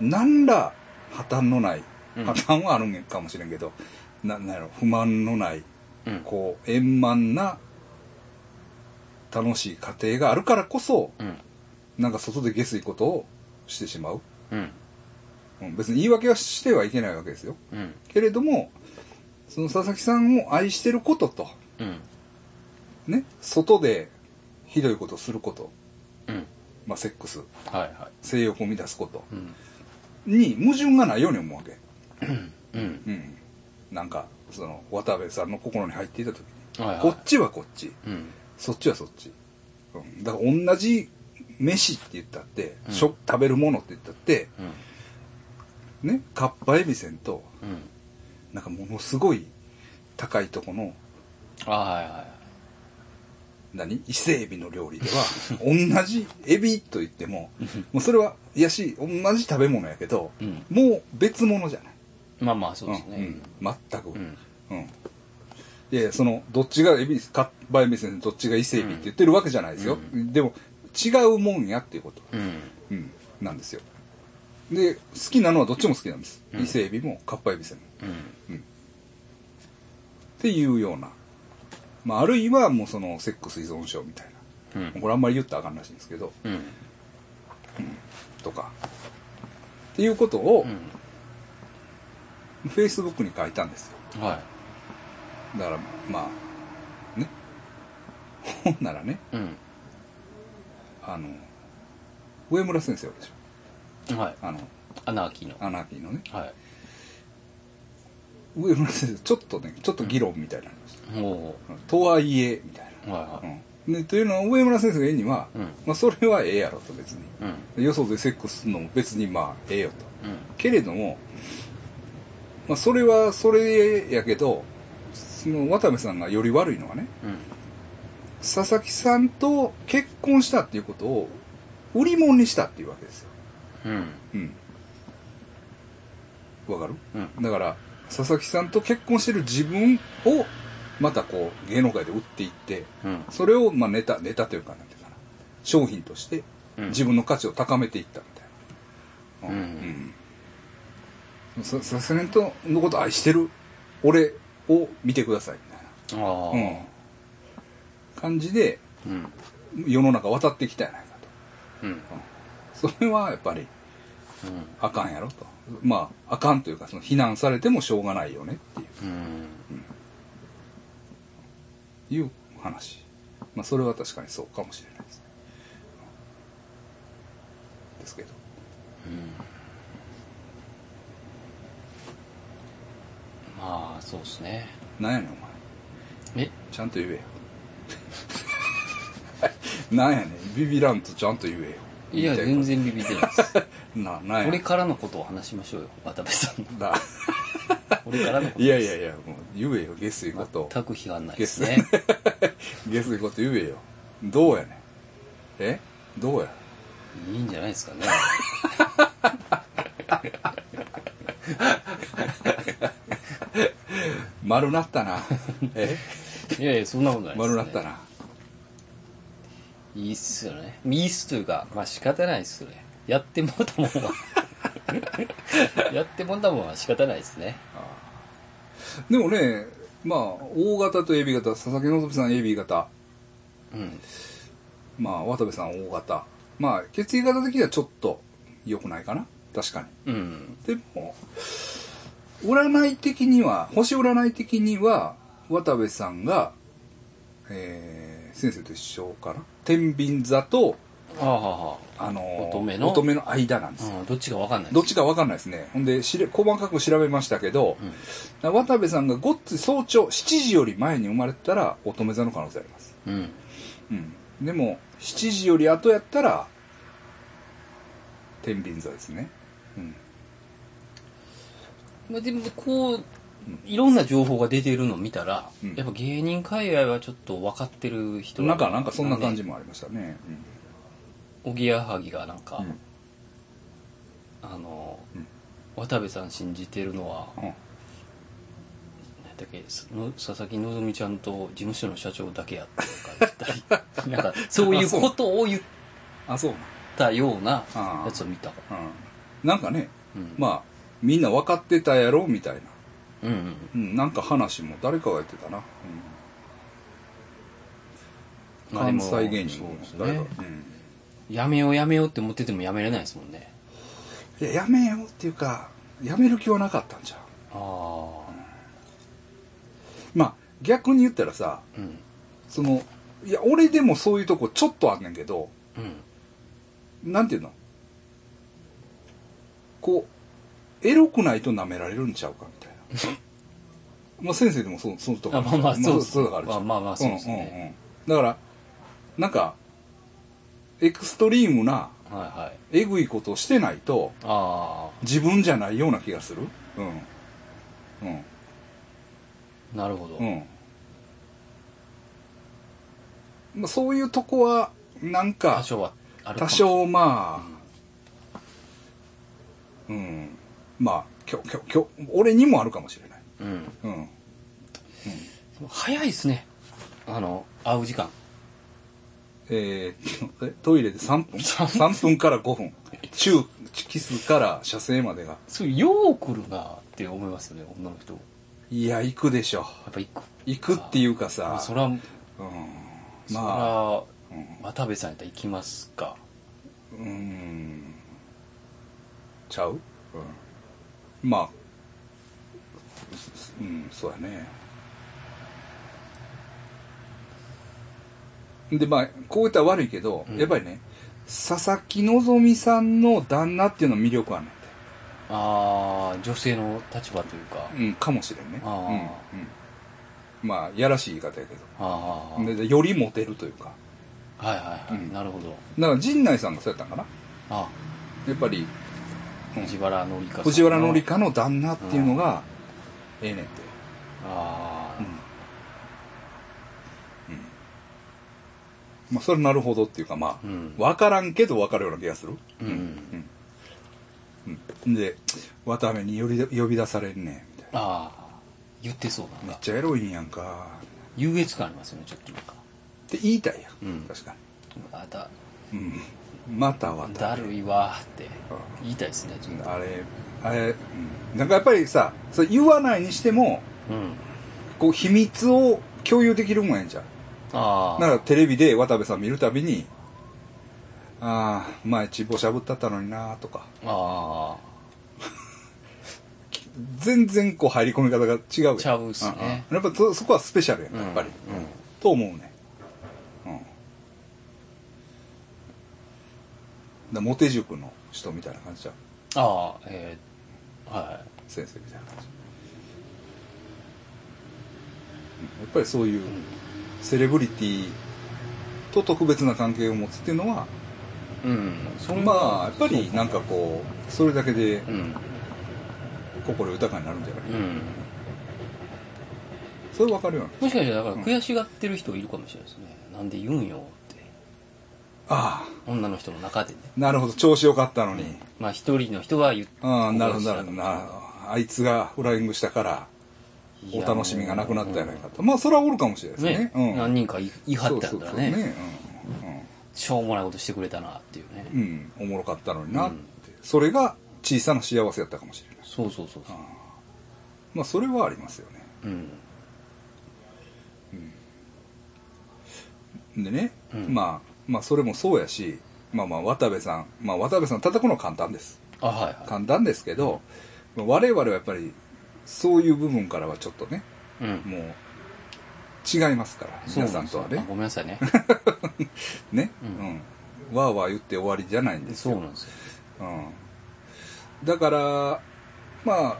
Speaker 1: 何ら破綻のない
Speaker 2: うん
Speaker 1: 破綻はあるんかもしれんけど、ななんやろ不満のない
Speaker 2: うん。
Speaker 1: こう円満な楽しい家庭があるからこそ
Speaker 2: うん。
Speaker 1: なんか外で下水ことをしてしまう、
Speaker 2: うん。
Speaker 1: うん、別に言い訳はしてはいけないわけですよ
Speaker 2: うん。
Speaker 1: けれどもその佐々木さんを愛してることと
Speaker 2: うん。
Speaker 1: ね外でひどいことをすること、
Speaker 2: うん。
Speaker 1: まあ、セックス
Speaker 2: はいは
Speaker 1: 性欲を乱すこと
Speaker 2: い。うん。
Speaker 1: に矛盾がないように思うわけ
Speaker 2: うん。
Speaker 1: うんなんかその渡部さんの心に入っていた時に
Speaker 2: はいはい。
Speaker 1: こっちはこっち
Speaker 2: うん。
Speaker 1: そっちはそっち。うん、だから同じ飯って言ったって、
Speaker 2: うん
Speaker 1: 食食べるものって言ったって、
Speaker 2: うん。
Speaker 1: ね、かっぱえびせんと、
Speaker 2: うん。
Speaker 1: なんかものすごい高いとこの
Speaker 2: ああ、はいはい。
Speaker 1: 何伊勢エビの料理では同じエビと言ってももうそれはいやし同じ食べ物やけど、
Speaker 2: うん
Speaker 1: もう別物じゃない
Speaker 2: まあまあそうですね
Speaker 1: うんうん、全く、
Speaker 2: う
Speaker 1: うんんいやいやそのどっちがエビかバイメ先生どっちが伊勢エビって言ってるわけじゃないですよ、でも違うもんやっていうこと、
Speaker 2: うん
Speaker 1: うん、なんですよで好きなのはどっちも好きなんです、
Speaker 2: うん
Speaker 1: 伊勢エビもかっぱエビせんも
Speaker 2: うん
Speaker 1: っていうような、まあ、あるいはもうそのセックス依存症みたいな
Speaker 2: う
Speaker 1: もうんこれあんまり言ったらあかんらしいんですけど
Speaker 2: うん
Speaker 1: とかっていうことを
Speaker 2: う、ん
Speaker 1: フェイスブックに書いたんですよ
Speaker 2: は
Speaker 1: だからまあねほんならね
Speaker 2: いうん
Speaker 1: あの上村先生おるでし
Speaker 2: はい
Speaker 1: ょあの
Speaker 2: アナーキーの
Speaker 1: アナーキーのね
Speaker 2: はい
Speaker 1: 上村先生ちょっとねちょっと議論みたいなのをして
Speaker 2: おお
Speaker 1: とはいえみたい
Speaker 2: ーは
Speaker 1: な、うん、でというのは上村先生が言うには、
Speaker 2: うん
Speaker 1: まあ、それはええやろと別に
Speaker 2: いはい
Speaker 1: よそでセックスするのも別にまあええよと
Speaker 2: うんうん
Speaker 1: けれども、まあ、それはそれやけどその渡部さんがより悪いのはね
Speaker 2: うん
Speaker 1: 佐々木さんと結婚したっていうことを売り物にしたっていうわけですよ
Speaker 2: うん
Speaker 1: うんわかる
Speaker 2: うん
Speaker 1: だから佐々木さんと結婚してる自分をまたこう芸能界で売っていって
Speaker 2: うん
Speaker 1: それをまあネタネタというかなんていうかな商品として
Speaker 2: うん
Speaker 1: 自分の価値を高めていったみたいな
Speaker 2: うん
Speaker 1: うんささすがにとのこと愛してる俺を見てくださいみ
Speaker 2: あ
Speaker 1: たいな、う
Speaker 2: あ
Speaker 1: ん、感じで
Speaker 2: うん
Speaker 1: 世の中渡ってきたやないか
Speaker 2: うん
Speaker 1: とそれはやっぱり
Speaker 2: うん
Speaker 1: あかんやろとまああかんというかその非難されてもしょうがないよねっていう
Speaker 2: うん
Speaker 1: いう話、まあ、それは確かにそうかもしれないですねですけど
Speaker 2: うんまあそうですね
Speaker 1: なんやねんお前
Speaker 2: え
Speaker 1: ちゃんと言えよ (laughs) なんやねんビビらんとちゃんと言えよ
Speaker 2: いや
Speaker 1: 言
Speaker 2: 全
Speaker 1: いたい
Speaker 2: 然ビビってないです
Speaker 1: ことななんや
Speaker 2: これからのことを話しましょうよ渡部さんの
Speaker 1: だ
Speaker 2: これからのこ
Speaker 1: (laughs)
Speaker 2: と
Speaker 1: いやいやいやもう言えよ下水こと
Speaker 2: 全く批判ない
Speaker 1: 下
Speaker 2: です
Speaker 1: 水 (laughs)
Speaker 2: ね
Speaker 1: 下水こと言えよどうやねんえどうや
Speaker 2: いいんじゃないですかね
Speaker 1: 丸なった
Speaker 2: (laughs)
Speaker 1: なえ
Speaker 2: いやいやそんなことないです、ね、
Speaker 1: 丸なったない
Speaker 2: いっすよねいいっすというかまあ仕方ないっすよねやってもうたもんはやってもうたもんは仕方ないですね
Speaker 1: でもね、まあ、O 型と AB 型、佐々木希さん AB 型、
Speaker 2: うん
Speaker 1: まあ、渡部さん O 型。まあ、血液型的にはちょっと良くないかな確か
Speaker 2: うん
Speaker 1: に。でも、占い的には、星占い的には、渡部さんが、えー、先生と一緒かな天秤座と、
Speaker 2: はあはあは
Speaker 1: あのー
Speaker 2: 乙女の
Speaker 1: 乙女の間なんですよ。
Speaker 2: あ、うん、どっちかわかんない
Speaker 1: どっ
Speaker 2: で
Speaker 1: ち
Speaker 2: す
Speaker 1: か分かんないですね。ほんで、しれ細かく調べましたけど、
Speaker 2: うん
Speaker 1: 渡部さんがごっつい早朝7時より前に生まれてたら乙女座の可能性あります、
Speaker 2: うん
Speaker 1: うん、でも7時より後やったら天秤座ですね、うん、
Speaker 2: まあ、でもこういろんな情報が出てるのを見たら、
Speaker 1: うん
Speaker 2: やっぱ芸人界隈はちょっと分かってる人が
Speaker 1: なんかなんかそんな感じもありましたね、
Speaker 2: おぎやはぎがなんか、
Speaker 1: うん
Speaker 2: あの、
Speaker 1: うん
Speaker 2: 渡部さん信じてるのは
Speaker 1: うんうん
Speaker 2: 何だっけその佐々木希ちゃんと事務所の社長だけやってとか言っ
Speaker 1: (laughs)
Speaker 2: たりなんかそういうことを言っ
Speaker 1: あそう
Speaker 2: たような
Speaker 1: ああ
Speaker 2: やつを見た、
Speaker 1: な、うん、なんかね
Speaker 2: うん、あ
Speaker 1: まあみんな分かってたやろみたいな、
Speaker 2: うんうん
Speaker 1: うん、なんか話も誰かが言ってたな、うん、
Speaker 2: まあ
Speaker 1: 関
Speaker 2: でも
Speaker 1: 西芸人
Speaker 2: そう
Speaker 1: も
Speaker 2: です
Speaker 1: 誰か、
Speaker 2: ね
Speaker 1: うん
Speaker 2: やめようやめようって思っててもやめれないですもんね
Speaker 1: いややめようっていうかやめる気はなかったんじゃう
Speaker 2: あ
Speaker 1: まあ逆に言ったらさ
Speaker 2: あうん
Speaker 1: そのいや俺でもそういうとこちょっとあんねんけど
Speaker 2: うん
Speaker 1: なんていうのこうエロくないと舐められるんちゃうかみた
Speaker 2: (laughs)
Speaker 1: いなまあ先生でもそうそういうとこ
Speaker 2: あまあまあそうです
Speaker 1: そういうとこあるじゃん
Speaker 2: まあまあまあそうですね
Speaker 1: うんうんうんだからなんかエクストリームな
Speaker 2: はいはい
Speaker 1: えぐいことをしてないと
Speaker 2: あ
Speaker 1: 自分じゃないような気がするうんうん
Speaker 2: あなるほど、
Speaker 1: うんまあ、そういうとこは、なんか
Speaker 2: 多、少はある
Speaker 1: 多
Speaker 2: かもしれない
Speaker 1: 少まあ、うん、まあ、きょ、きょ、きょ、俺にもあるかもしれない。
Speaker 2: うん
Speaker 1: うん。
Speaker 2: 早いですねあの会う時間
Speaker 1: えー (laughs) えトイレで3分 ?3 分から5分。
Speaker 2: (laughs)
Speaker 1: 中、キスから射精までが。
Speaker 2: そうよう来るなって思いますよね女の人や
Speaker 1: いや、行くでしょ。
Speaker 2: っぱ行く
Speaker 1: 行くっていうかさ、
Speaker 2: そら
Speaker 1: うん、
Speaker 2: そら、
Speaker 1: まあ、
Speaker 2: うん渡部さんやったら行きますか
Speaker 1: うん、ちゃう、うん、まあ、うん、そうやね。で、まあ、こう言ったら悪いけど、
Speaker 2: うん
Speaker 1: やっぱりね、佐々木希さんの旦那っていうのは魅力はね
Speaker 2: ああ女性の立場というか、
Speaker 1: うん、かもしれんね。う
Speaker 2: あ
Speaker 1: ん、
Speaker 2: ー
Speaker 1: うん。まあ、やらしい言い方やけ
Speaker 2: ああ
Speaker 1: ど。でよりモテるというか。
Speaker 2: はいはいはい、
Speaker 1: うん
Speaker 2: なるほど
Speaker 1: だから、陣内さんがそうやったんかな
Speaker 2: あ
Speaker 1: やっぱり、うん
Speaker 2: 藤原紀香さんの
Speaker 1: 藤原紀香の旦那っていうのが、ええねんて。
Speaker 2: ああ、
Speaker 1: まあ、それなるほどっていうか、まあ
Speaker 2: うん、
Speaker 1: わ、からんけどわかるような気がする。
Speaker 2: うん
Speaker 1: うん。で、渡辺に呼び呼び出されんねん、みたい
Speaker 2: ああ言ってそう
Speaker 1: な。
Speaker 2: な
Speaker 1: め
Speaker 2: ん
Speaker 1: っ
Speaker 2: か
Speaker 1: ちゃエロいんやんか。
Speaker 2: 優越感ありますよねちょっとなんか
Speaker 1: って言いたいやん。
Speaker 2: うん
Speaker 1: 確か
Speaker 2: あだ
Speaker 1: に。うん。また渡
Speaker 2: だるいわーって
Speaker 1: う
Speaker 2: 言いたいですねちょっと
Speaker 1: あれ、あれ、うん。なんかやっぱりさ、それ言わないにしても、
Speaker 2: うん
Speaker 1: こう、秘密を共有できるもんやんじゃん。
Speaker 2: ああ
Speaker 1: だからテレビで渡部さん見るたびに、ああ、前ちぼしゃぶったったのになとか、
Speaker 2: あ
Speaker 1: 全然こう入り込み方が違うやん
Speaker 2: ちゃうっすね
Speaker 1: うんうんやっぱそそこはスペシャルやん
Speaker 2: あ
Speaker 1: やっぱり、
Speaker 2: うんうん
Speaker 1: と思うねうんだからモテ塾の人みたいな感じじゃん
Speaker 2: ああえー、は
Speaker 1: 先生みたいな感じうんやっぱりそういうセレブリティと特別な関係を持つっていうのは、
Speaker 2: いうんそんな
Speaker 1: まあやっぱりなんかこうそれだけで
Speaker 2: うん
Speaker 1: 心豊かになるんじゃない、
Speaker 2: うん
Speaker 1: それわかるよね
Speaker 2: もしかしたらだから悔しがってる人いるかもしれないですね、なんで言うんよって
Speaker 1: ああ
Speaker 2: 女の人の中でね
Speaker 1: なるほど調子よかったのに、
Speaker 2: まあ一人の人が言って
Speaker 1: ああ、なるほど、なるほど、なるほどあいつがフライングしたから、お楽しみがなくなったやないかと。まあ、それはおるかもしれないです
Speaker 2: ね
Speaker 1: ね。うん。
Speaker 2: 何人か言い言い張ってあったらね
Speaker 1: そうそうそう
Speaker 2: しょうもないことしてくれたなっていうね、
Speaker 1: うん。うん。うんおもろかったのになって。
Speaker 2: うん
Speaker 1: それが小さな幸せやったかもしれない。
Speaker 2: そうそうそうそう
Speaker 1: まあ、それはありますよね。
Speaker 2: うん
Speaker 1: でね、
Speaker 2: うん
Speaker 1: まあ、まあ、それもそうやし、まあまあ、渡部さん、まあ、渡部さん叩くのは簡単です。
Speaker 2: あはいは
Speaker 1: 簡単ですけど、我々はやっぱり、そういう部分からはちょっとね、
Speaker 2: いうん
Speaker 1: もう、違いますから、
Speaker 2: そう
Speaker 1: 皆
Speaker 2: な
Speaker 1: さ
Speaker 2: ん
Speaker 1: ん
Speaker 2: です
Speaker 1: と
Speaker 2: よ
Speaker 1: はね
Speaker 2: あ。ごめんなさいね
Speaker 1: ね、
Speaker 2: う
Speaker 1: うん、わーわー言って終わりじゃないんです
Speaker 2: そう
Speaker 1: よ。
Speaker 2: なんですよ
Speaker 1: うん、だから、まあ、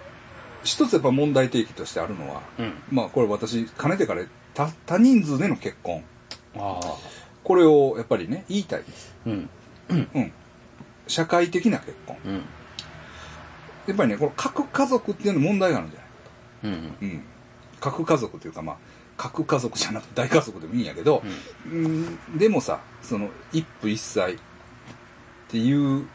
Speaker 1: 一つやっぱ問題提起としてあるのは、
Speaker 2: うん
Speaker 1: まあこれ私、かねてから多多人数での結婚、
Speaker 2: ああ
Speaker 1: これをやっぱりね、言いたいです。
Speaker 2: うん
Speaker 1: うん。社会的な結婚。
Speaker 2: うん
Speaker 1: やっぱりね、この核家族っていうの問題があるんじゃない
Speaker 2: うんうん
Speaker 1: うん。核家族というか、まあ、核家族じゃなくて大家族でもいいんやけど、うん、でもさ、その、一夫一妻っていう、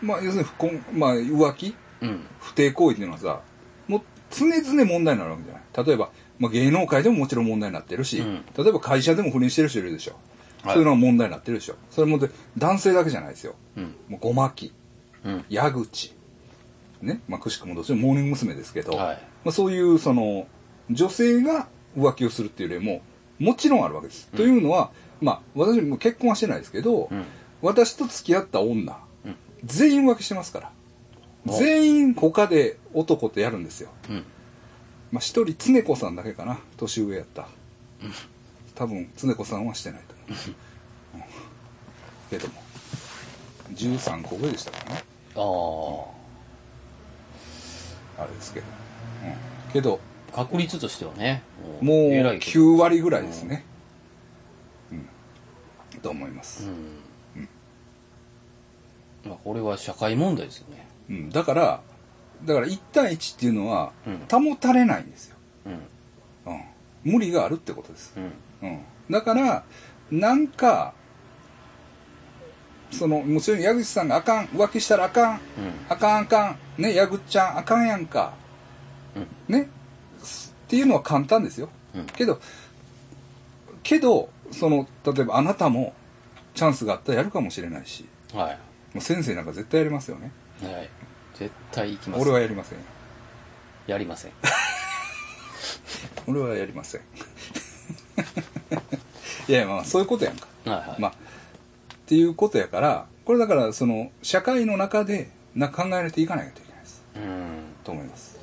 Speaker 1: まあ、要するに不婚、まあ、浮気
Speaker 2: うん
Speaker 1: 不貞行為っていうのはさ、もう常々問題になるわけじゃない。例えば、まあ、芸能界でももちろん問題になってるし、
Speaker 2: うん
Speaker 1: 例えば会社でも不倫してる人いるでしょ。そ
Speaker 2: はい
Speaker 1: ういうのは問題になってるでしょ。それもで男性だけじゃないですよ。
Speaker 2: うん
Speaker 1: もう、ごまき、
Speaker 2: うん
Speaker 1: 矢口、ね、まあ、くしくもどっちもモーニング娘。ですけど、
Speaker 2: はい
Speaker 1: まあ、そういうその女性が浮気をするっていう例ももちろんあるわけです。というのは、まあ、私も結婚はしてないですけど、
Speaker 2: うん
Speaker 1: 私と付き合った女、
Speaker 2: うん
Speaker 1: 全員浮気してますから
Speaker 2: お
Speaker 1: 全員他で男とやるんですよ、
Speaker 2: うん
Speaker 1: まあ、一人常子さんだけかな年上やった多分常子さんはしてないと思う、うんけども13個上でしたかね
Speaker 2: あ
Speaker 1: あれですけど、うん、けど
Speaker 2: あ確率としてはね
Speaker 1: もう
Speaker 2: 偉いけど
Speaker 1: 9割ぐらいですね。うん。と思いま
Speaker 2: う
Speaker 1: す。
Speaker 2: んまあこれは社会問題ですよね
Speaker 1: うん。だから、だから1対1っていうのは
Speaker 2: うん
Speaker 1: 保たれないんですよ。
Speaker 2: うん
Speaker 1: うん。無理があるってことです。
Speaker 2: うん
Speaker 1: うん。だから、なんか、その、もちろん矢口さんがあかん、浮気したらあかん、あかんあかん、ね、矢口ちゃんあかんやんか、ね、すっていうのは簡単ですよ。
Speaker 2: うん
Speaker 1: けど、けど、その、例えばあなたもチャンスがあったらやるかもしれないし、
Speaker 2: うんは
Speaker 1: もう先生なんか絶対やりますよね。
Speaker 2: いはい絶対行きます
Speaker 1: 俺はやりませんよ。
Speaker 2: やりません
Speaker 1: 俺はやりません。 (laughs) いやいや、まあそういうことやんか。
Speaker 2: はいはい、
Speaker 1: まあ、っていうことやから、これだから、その、社会の中でな考えないといかないといけないです。
Speaker 2: うん
Speaker 1: と思います。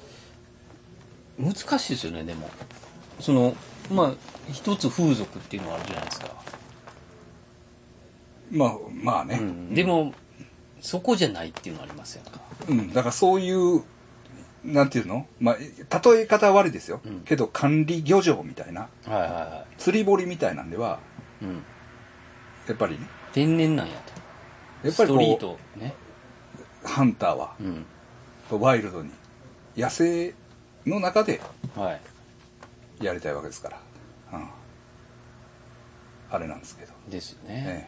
Speaker 2: 難しいですよねでもそのまあ一つ風俗っていうのはあるじゃないですか、
Speaker 1: まあ、まあね。
Speaker 2: うんでもそこじゃないっていうのはありますよね
Speaker 1: うん、だからそういう、なんていうのまあ、例え方は悪いですよ。
Speaker 2: うん
Speaker 1: けど、管理漁場みたいな、
Speaker 2: はいはいは
Speaker 1: 釣り堀みたいなんでは、
Speaker 2: い、うん、
Speaker 1: やっぱりね、
Speaker 2: 天然なんやと
Speaker 1: やっぱり
Speaker 2: ストリー
Speaker 1: こ
Speaker 2: トね
Speaker 1: う、ハンターは、
Speaker 2: うん
Speaker 1: ワイルドに、野生の中で
Speaker 2: はい
Speaker 1: やりたいわけですから。うん。あれなんですけど。
Speaker 2: ですよね、
Speaker 1: え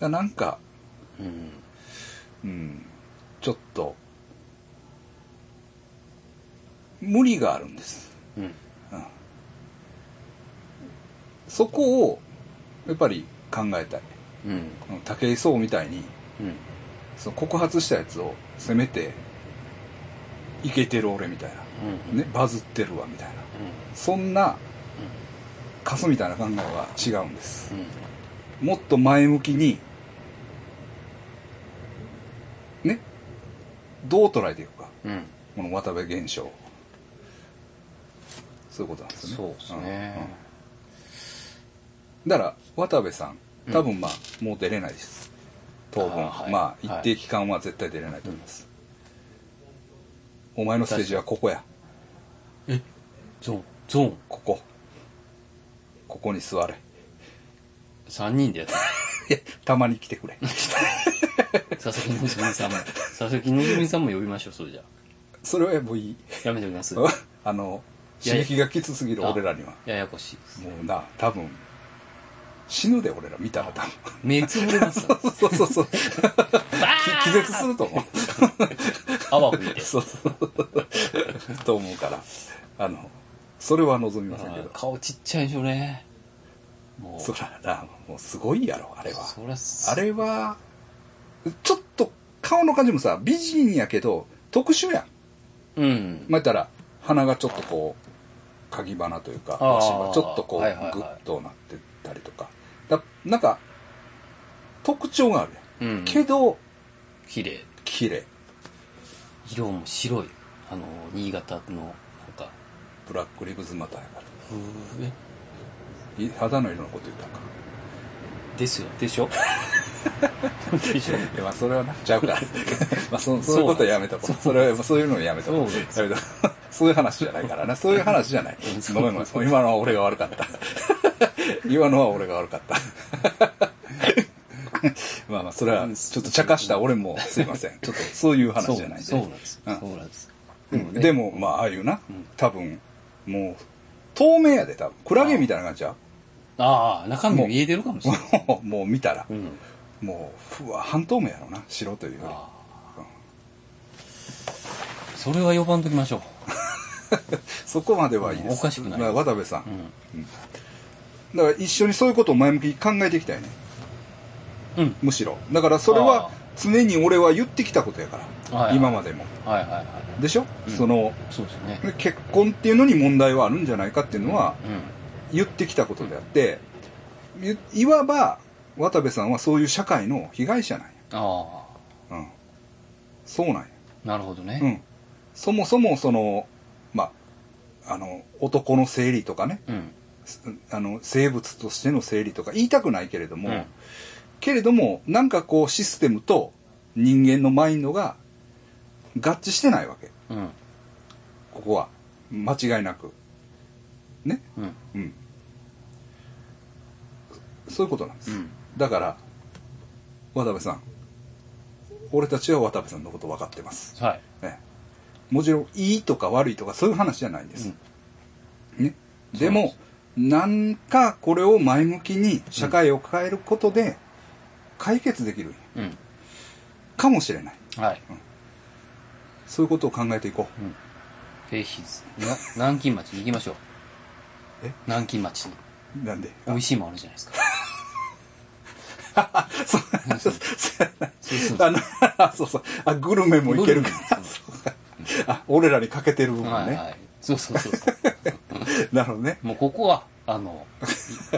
Speaker 1: え。だからなんか、
Speaker 2: うん
Speaker 1: うん、ちょっと、無理があるんです。
Speaker 2: うん
Speaker 1: そこを、やっぱり考えたい。
Speaker 2: うん
Speaker 1: うん武井壮みたいに、
Speaker 2: うん
Speaker 1: その告発したやつを、せめて、イケてる俺みたい
Speaker 2: うん
Speaker 1: な、ね、バズってるわみたいな。そんな、カスみたいな考えは違うんです
Speaker 2: う。ん
Speaker 1: もっと前向きに、ね、どう捉えていくか。
Speaker 2: うんうん
Speaker 1: この渡部現象そういうことなんですね
Speaker 2: そうですね、
Speaker 1: うんだから渡部さん多分まあ、もう出れないです当分
Speaker 2: あーはい
Speaker 1: ま
Speaker 2: は
Speaker 1: あ
Speaker 2: い
Speaker 1: 一定期間は絶対出れないと思います、お前のステージはここや
Speaker 2: えゾーンゾーン
Speaker 1: ここここに座れ
Speaker 2: 3人でやっ
Speaker 1: (laughs)
Speaker 2: て
Speaker 1: いやたまに来てくれ
Speaker 2: る佐々木希さんも佐々木希さんも呼びまし (laughs) ょうそれじゃ
Speaker 1: それはもういい
Speaker 2: あやめておきます
Speaker 1: (laughs) あの
Speaker 2: いやい
Speaker 1: 刺
Speaker 2: や
Speaker 1: 激がきつすぎる俺らには
Speaker 2: ややこしいです
Speaker 1: もうな多分死ぬで俺ら見たら多分
Speaker 2: 目つぶれますわ
Speaker 1: そうそうそう。き気絶すると思う。
Speaker 2: 泡吹いて
Speaker 1: そうそう。と思うから。あの、それは望みませんけ
Speaker 2: あー
Speaker 1: ど。
Speaker 2: 顔ちっちゃいでしょうねもう
Speaker 1: そらな、もうすごいやろ、あれは。
Speaker 2: そらす
Speaker 1: あれは、ちょっと顔の感じもさ、美人やけど、特殊やん。
Speaker 2: うん
Speaker 1: まあ、言ったら、鼻がちょっとこう、かぎ花というか、
Speaker 2: あー
Speaker 1: わしがちょっとこう、
Speaker 2: はいはいはい
Speaker 1: グッとなってたりとか。だなんか、特徴があるやん。
Speaker 2: うん
Speaker 1: けど、
Speaker 2: 綺麗
Speaker 1: 綺麗。
Speaker 2: 色も白いあの新潟のなんか
Speaker 1: ブラックリブズマターやから。
Speaker 2: ふーえ
Speaker 1: い肌の色のこと言ったんか。
Speaker 2: ですよでしょでしょ
Speaker 1: いや、まあ、それはなっちゃ
Speaker 2: (laughs)
Speaker 1: うから。まあ、そ、そういうことはやめとこう。
Speaker 2: そう
Speaker 1: それは、まあそういうのをやめとこ
Speaker 2: そうで
Speaker 1: う。やめとこう。 (laughs) そういう話じゃないから
Speaker 2: (laughs)
Speaker 1: な。そういう話じゃない。ごめんごめん。今のは俺が悪かった。 (laughs) 今のは俺が悪かった。 (laughs) まあまあ、それは、ちょっと茶化した俺もすいません。ちょっと、そういう話じゃないんで
Speaker 2: そうそうなんです、
Speaker 1: うん
Speaker 2: そうなんです
Speaker 1: うんでも、まあ、ああいうな、多分、もう、透明やで、多分。クラゲみたいな感じや。
Speaker 2: ああ中身見えてるかもしれない
Speaker 1: もう (laughs) もう見たら
Speaker 2: う、ん
Speaker 1: もう、ふわ、半透明やろな。白というより。
Speaker 2: ああ (laughs) それは呼ばんときましょう
Speaker 1: そこまではいいです。
Speaker 2: おかしくない
Speaker 1: まあ渡部さん,、
Speaker 2: ん
Speaker 1: だから一緒にそういうことを前向きに考えていきたいね。
Speaker 2: うん
Speaker 1: むしろ。だからそれ
Speaker 2: あ
Speaker 1: は
Speaker 2: あ
Speaker 1: 常に俺は言ってきたことやか
Speaker 2: はいは
Speaker 1: ら。
Speaker 2: い
Speaker 1: 今までも。
Speaker 2: はいはいはい
Speaker 1: でしょ、その、
Speaker 2: そうですね
Speaker 1: 結婚っていうのに問題はあるんじゃないかっていうのは
Speaker 2: う
Speaker 1: 言ってきたことであって、ゆいわば渡部さんはそういう社会の被害者なんや。
Speaker 2: んあ
Speaker 1: うん。そうなんや。
Speaker 2: あなるほどね、
Speaker 1: うん。そもそもその、まあ、あの、男の生理とかね。
Speaker 2: うん。
Speaker 1: あの生物としての生理とか言いたくないけれども、
Speaker 2: うん
Speaker 1: けれどもなんかこうシステムと人間のマインドが合致してないわけ
Speaker 2: うん。
Speaker 1: ここは間違いなくね
Speaker 2: うん。
Speaker 1: うんそういうことなんです、
Speaker 2: うん
Speaker 1: だから渡部さん俺たちは渡部さんのこと分かってます、
Speaker 2: はい。
Speaker 1: ね、もちろんいいとか悪いとかそういう話じゃないんです、ねでもなんかこれを前向きに社会を変えることで解決できる
Speaker 2: うん。
Speaker 1: かもしれない。
Speaker 2: はい。
Speaker 1: そういうことを考えていこう。
Speaker 2: ぜひ、な、南京町に行きましょう。
Speaker 1: え
Speaker 2: 南京町に。
Speaker 1: なんで。
Speaker 2: 美味しいもんあるじゃないですか。
Speaker 1: (laughs) そうそう
Speaker 2: そうそう
Speaker 1: あの (laughs) あそうそう。あ、グルメもいけるか
Speaker 2: うん
Speaker 1: ら。そうかあ、俺らに欠けてる部分
Speaker 2: はい
Speaker 1: ね。
Speaker 2: はい。 (laughs) そうそうそうそう。 (laughs)
Speaker 1: なるほどね。
Speaker 2: もうここは、あの、も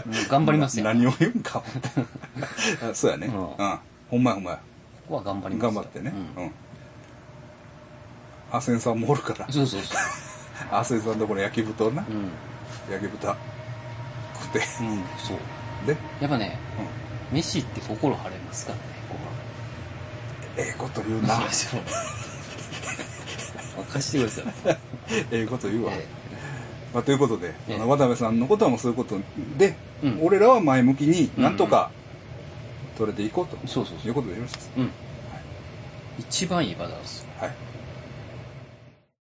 Speaker 2: う頑張りますよ。
Speaker 1: 何を言うんか。
Speaker 2: (laughs)
Speaker 1: あそうやね。う
Speaker 2: うんん。
Speaker 1: ほんまやほんまや。
Speaker 2: ここは頑張りますよ
Speaker 1: 頑張ってね。
Speaker 2: う
Speaker 1: うんん。アセンさんもおる
Speaker 2: (laughs)
Speaker 1: から。
Speaker 2: そうそうそ
Speaker 1: アセンさんのとこの焼き豚をな
Speaker 2: う。う。ん。うん。
Speaker 1: 焼き豚食って。
Speaker 2: そう。
Speaker 1: で、
Speaker 2: やっぱね、飯って心晴れますからね、ここは。
Speaker 1: ええこと言う
Speaker 2: (laughs)
Speaker 1: な。
Speaker 2: 任してください。
Speaker 1: ええこと言うわ。
Speaker 2: え
Speaker 1: まあ、ということで、
Speaker 2: ええ
Speaker 1: あの渡部さんのことはもうそういうことで、
Speaker 2: うん
Speaker 1: 俺らは前向きになんとか取れていこうと、
Speaker 2: えそうそう
Speaker 1: い
Speaker 2: そうう。
Speaker 1: ことでよろしいですか
Speaker 2: うん。一番いいバランス。